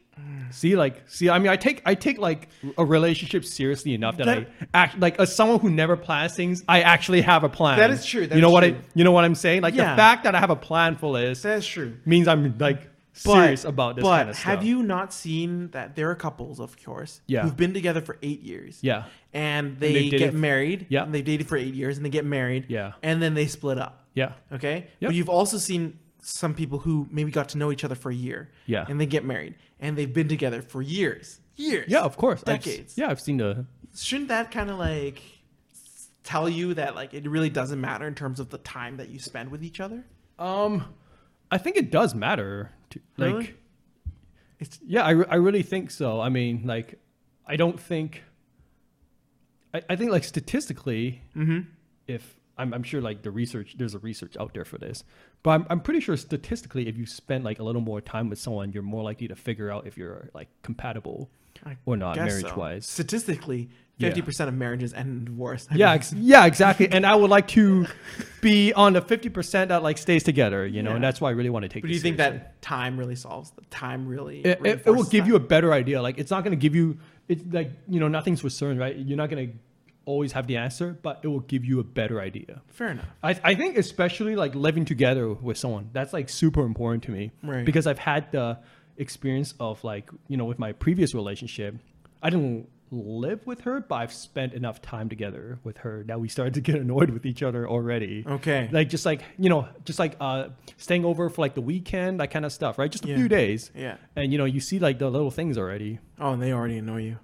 [SPEAKER 1] See, like, see, I mean, I take, I take like a relationship seriously enough that,
[SPEAKER 2] That-
[SPEAKER 1] I act like as someone who never plans things, I actually have a plan.
[SPEAKER 2] That is true, that
[SPEAKER 1] you know
[SPEAKER 2] is
[SPEAKER 1] what I,
[SPEAKER 2] true.
[SPEAKER 1] you know what I'm saying? Like
[SPEAKER 2] Yeah.
[SPEAKER 1] the fact that I have a plan for this
[SPEAKER 2] That's true.
[SPEAKER 1] means I'm like serious about this
[SPEAKER 2] but
[SPEAKER 1] kind of stuff.
[SPEAKER 2] have you not seen that there are couples, of course,
[SPEAKER 1] Yeah.
[SPEAKER 2] who've been together for eight years?
[SPEAKER 1] Yeah.
[SPEAKER 2] And they
[SPEAKER 1] they've dated
[SPEAKER 2] get
[SPEAKER 1] f-
[SPEAKER 2] married.
[SPEAKER 1] Yeah.
[SPEAKER 2] And they've dated for eight years and they get married.
[SPEAKER 1] Yeah.
[SPEAKER 2] And then they split up.
[SPEAKER 1] Yeah.
[SPEAKER 2] Okay.
[SPEAKER 1] Yep.
[SPEAKER 2] But you've also seen some people who maybe got to know each other for a year.
[SPEAKER 1] Yeah.
[SPEAKER 2] And they get married. And they've been together for years. Years.
[SPEAKER 1] Yeah, of course. I've s-
[SPEAKER 2] Decades.
[SPEAKER 1] yeah, I've seen the.
[SPEAKER 2] Shouldn't that kind of like tell you that like it really doesn't matter in terms of the time that you spend with each other?
[SPEAKER 1] Um, I think it does matter. To, like,
[SPEAKER 2] Really? It's
[SPEAKER 1] yeah, I, re- I really think so. I mean, like, I don't think. I, I think like statistically,
[SPEAKER 2] Mm-hmm.
[SPEAKER 1] if I'm, I'm sure like the research, there's a research out there for this, but I'm, I'm pretty sure statistically, if you spend like a little more time with someone, you're more likely to figure out if you're like compatible
[SPEAKER 2] I
[SPEAKER 1] or not,
[SPEAKER 2] guess so.
[SPEAKER 1] marriage wise.
[SPEAKER 2] Statistically,
[SPEAKER 1] Yeah.
[SPEAKER 2] 50% of marriages end in divorce. I
[SPEAKER 1] Yeah,
[SPEAKER 2] mean,
[SPEAKER 1] ex- yeah, exactly. And I would like to be on the fifty percent that like stays together, you know. And
[SPEAKER 2] Yeah.
[SPEAKER 1] that's why I really want to take.
[SPEAKER 2] but do you
[SPEAKER 1] this
[SPEAKER 2] think
[SPEAKER 1] seriously.
[SPEAKER 2] that time really solves the time really?
[SPEAKER 1] it, it- it will
[SPEAKER 2] reinforces
[SPEAKER 1] give
[SPEAKER 2] that?
[SPEAKER 1] you a better idea? Like, it's not going to give you. It's like you know, nothing's for certain, right? You're not going to always have the answer, but it will give you a better idea.
[SPEAKER 2] Fair enough.
[SPEAKER 1] I, I think especially like living together with someone that's like super important to me
[SPEAKER 2] Right.
[SPEAKER 1] because I've had the experience of like you know with my previous relationship I didn't live with her but I've spent enough time together with her that we started to get annoyed with each other already
[SPEAKER 2] Okay.
[SPEAKER 1] like just like you know just like uh staying over for like the weekend that kind of stuff right just a
[SPEAKER 2] Yeah.
[SPEAKER 1] few days
[SPEAKER 2] yeah.
[SPEAKER 1] and you know you see like the little things already
[SPEAKER 2] Oh, and they already annoy you.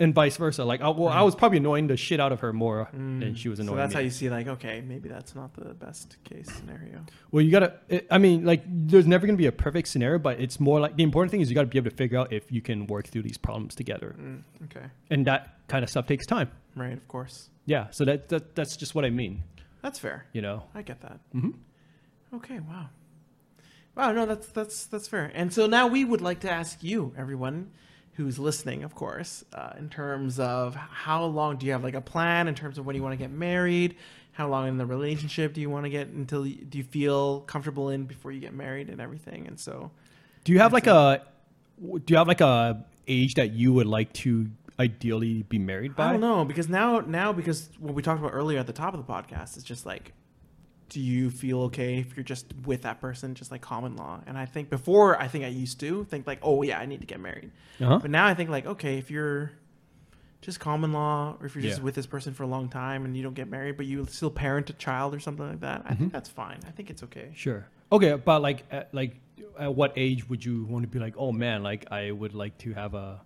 [SPEAKER 1] and vice versa like I, well I was probably annoying the shit out of her more than she was
[SPEAKER 2] Mm. So
[SPEAKER 1] annoying
[SPEAKER 2] that's
[SPEAKER 1] me.
[SPEAKER 2] how you see, like, okay, maybe that's not the best case scenario.
[SPEAKER 1] Well, you gotta. I- I mean, like, there's never gonna be a perfect scenario, but it's more like the important thing is you gotta be able to figure out if you can work through these problems together,
[SPEAKER 2] Mm, okay.
[SPEAKER 1] and that kind of stuff takes time.
[SPEAKER 2] Right. Of course.
[SPEAKER 1] Yeah, so that, that that's just what I mean,
[SPEAKER 2] That's fair.
[SPEAKER 1] you know.
[SPEAKER 2] I get that.
[SPEAKER 1] Mhm.
[SPEAKER 2] Okay. Wow. Wow. No, that's that's that's fair. And so now we would like to ask you, everyone who's listening, of course, uh, in terms of how long do you have like a plan in terms of when you want to get married, how long in the relationship do you want to get until you, do you feel comfortable in before you get married and everything. And so
[SPEAKER 1] Do you have like a, do you have like a age that you would like to ideally be married by?
[SPEAKER 2] I don't know because now now because what we talked about earlier at the top of the podcast is just like do you feel okay if you're just with that person just like common law and I think before I think I used to think like oh yeah I need to get married
[SPEAKER 1] Uh-huh.
[SPEAKER 2] but now I think like okay if you're just common law or if you're just
[SPEAKER 1] Yeah.
[SPEAKER 2] with this person for a long time and you don't get married but you still parent a child or something like that I
[SPEAKER 1] Mm-hmm.
[SPEAKER 2] think that's fine I think it's okay
[SPEAKER 1] Sure. Okay, but like, at, like, at what age would you want to be like, oh man, like I would like to have a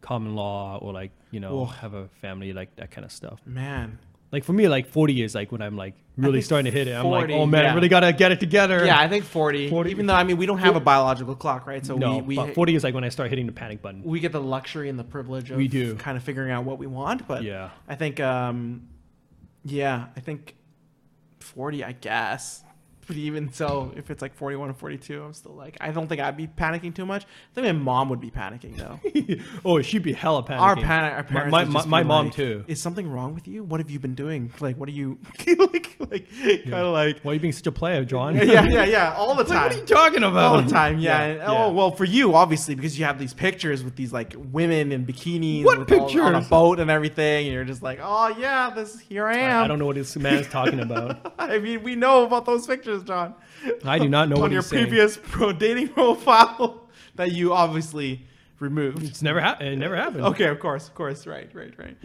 [SPEAKER 1] common law or like you know
[SPEAKER 2] Oh.
[SPEAKER 1] have a family, like that kind of stuff.
[SPEAKER 2] man
[SPEAKER 1] Like for me, like 40 is like when I'm like really
[SPEAKER 2] think
[SPEAKER 1] starting to hit it. I'm like,
[SPEAKER 2] 40,
[SPEAKER 1] oh man, I
[SPEAKER 2] yeah.
[SPEAKER 1] really gotta get it together.
[SPEAKER 2] yeah I think 40,
[SPEAKER 1] 40
[SPEAKER 2] even though I mean we don't have a biological clock right so
[SPEAKER 1] no,
[SPEAKER 2] we, we
[SPEAKER 1] but 40 is like when I start hitting the panic button.
[SPEAKER 2] we get the luxury and the privilege of
[SPEAKER 1] We do.
[SPEAKER 2] kind of figuring out what we want. But
[SPEAKER 1] Yeah.
[SPEAKER 2] I think, um, yeah, I think 40, I guess. But even so, if it's like 41 or 42, I'm still like, I don't think I'd be panicking too much. I think my mom would be panicking though.
[SPEAKER 1] oh, she'd be hella panicking.
[SPEAKER 2] Our, pan- our parents,
[SPEAKER 1] my
[SPEAKER 2] would
[SPEAKER 1] my,
[SPEAKER 2] just
[SPEAKER 1] my
[SPEAKER 2] be
[SPEAKER 1] mom
[SPEAKER 2] like,
[SPEAKER 1] too.
[SPEAKER 2] Is something wrong with you? What have you been doing? Like, what are you like, like, kind of like,
[SPEAKER 1] Why are you being such a player, John?
[SPEAKER 2] yeah, yeah, yeah, all the time
[SPEAKER 1] what are you talking about?
[SPEAKER 2] all the time. Yeah.
[SPEAKER 1] Yeah,
[SPEAKER 2] And-
[SPEAKER 1] yeah.
[SPEAKER 2] Oh well, for you obviously because you have these pictures with these like women in bikinis
[SPEAKER 1] What
[SPEAKER 2] with all- on a
[SPEAKER 1] pictures?
[SPEAKER 2] boat and everything, and you're just like, oh yeah, this here I am.
[SPEAKER 1] I, I don't know what this man's talking about.
[SPEAKER 2] I mean, we know about those pictures, John.
[SPEAKER 1] I do not know
[SPEAKER 2] on
[SPEAKER 1] what
[SPEAKER 2] your
[SPEAKER 1] he's saying.
[SPEAKER 2] previous pro dating profile that you obviously removed.
[SPEAKER 1] It's never happened. It never happened.
[SPEAKER 2] Okay, of course, of course, right, right, right.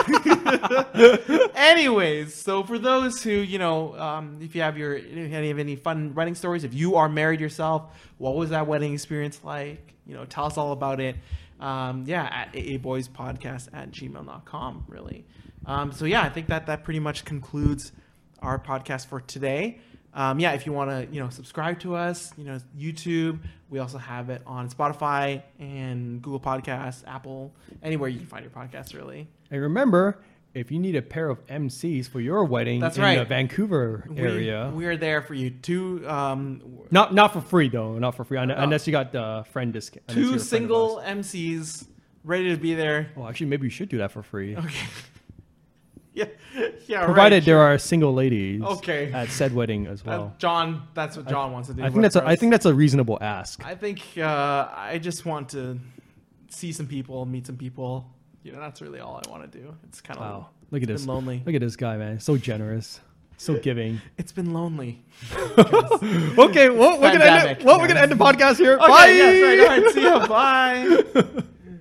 [SPEAKER 2] Uh, anyways, so for those who you know, um, if you have your any of any fun wedding stories, if you are married yourself, what was that wedding experience like? You know, tell us all about it. Um, yeah, at aaboyspodcast at gmail.com, really. Um, so yeah, I think that that pretty much concludes our podcast for today. Um, yeah, if you want to, you know, subscribe to us, you know, YouTube. We also have it on Spotify and Google Podcasts, Apple, anywhere you can find your podcast. Really,
[SPEAKER 1] And remember, if you need a pair of MCs for your wedding
[SPEAKER 2] That's
[SPEAKER 1] in the
[SPEAKER 2] right.
[SPEAKER 1] Vancouver
[SPEAKER 2] We-
[SPEAKER 1] area,
[SPEAKER 2] we, are there for you. Two, um,
[SPEAKER 1] not not for free though, not for free, un-
[SPEAKER 2] Oh.
[SPEAKER 1] unless you got the friend discount. unless you're
[SPEAKER 2] two
[SPEAKER 1] a friend of
[SPEAKER 2] single
[SPEAKER 1] ours.
[SPEAKER 2] MCs ready to be there.
[SPEAKER 1] Oh, actually, maybe you should do that for free.
[SPEAKER 2] Okay. yeah, yeah.
[SPEAKER 1] Provided
[SPEAKER 2] right.
[SPEAKER 1] there are single ladies
[SPEAKER 2] Okay.
[SPEAKER 1] at said wedding as
[SPEAKER 2] That-
[SPEAKER 1] well.
[SPEAKER 2] John, that's what John wants to do.
[SPEAKER 1] I think that's a,
[SPEAKER 2] for
[SPEAKER 1] I
[SPEAKER 2] us.
[SPEAKER 1] think that's a reasonable ask.
[SPEAKER 2] I think uh, I just want to see some people, meet some people. You know, that's really all I want to do. It's kind of
[SPEAKER 1] Wow, look at
[SPEAKER 2] been
[SPEAKER 1] this.
[SPEAKER 2] lonely.
[SPEAKER 1] Look at this guy, man. So generous, so giving.
[SPEAKER 2] It's been lonely.
[SPEAKER 1] okay, well, we're gonna end it,
[SPEAKER 2] Pandemic.
[SPEAKER 1] well, we're gonna end the podcast here.
[SPEAKER 2] Okay,
[SPEAKER 1] Bye.
[SPEAKER 2] yes, right. All right, see ya. Bye.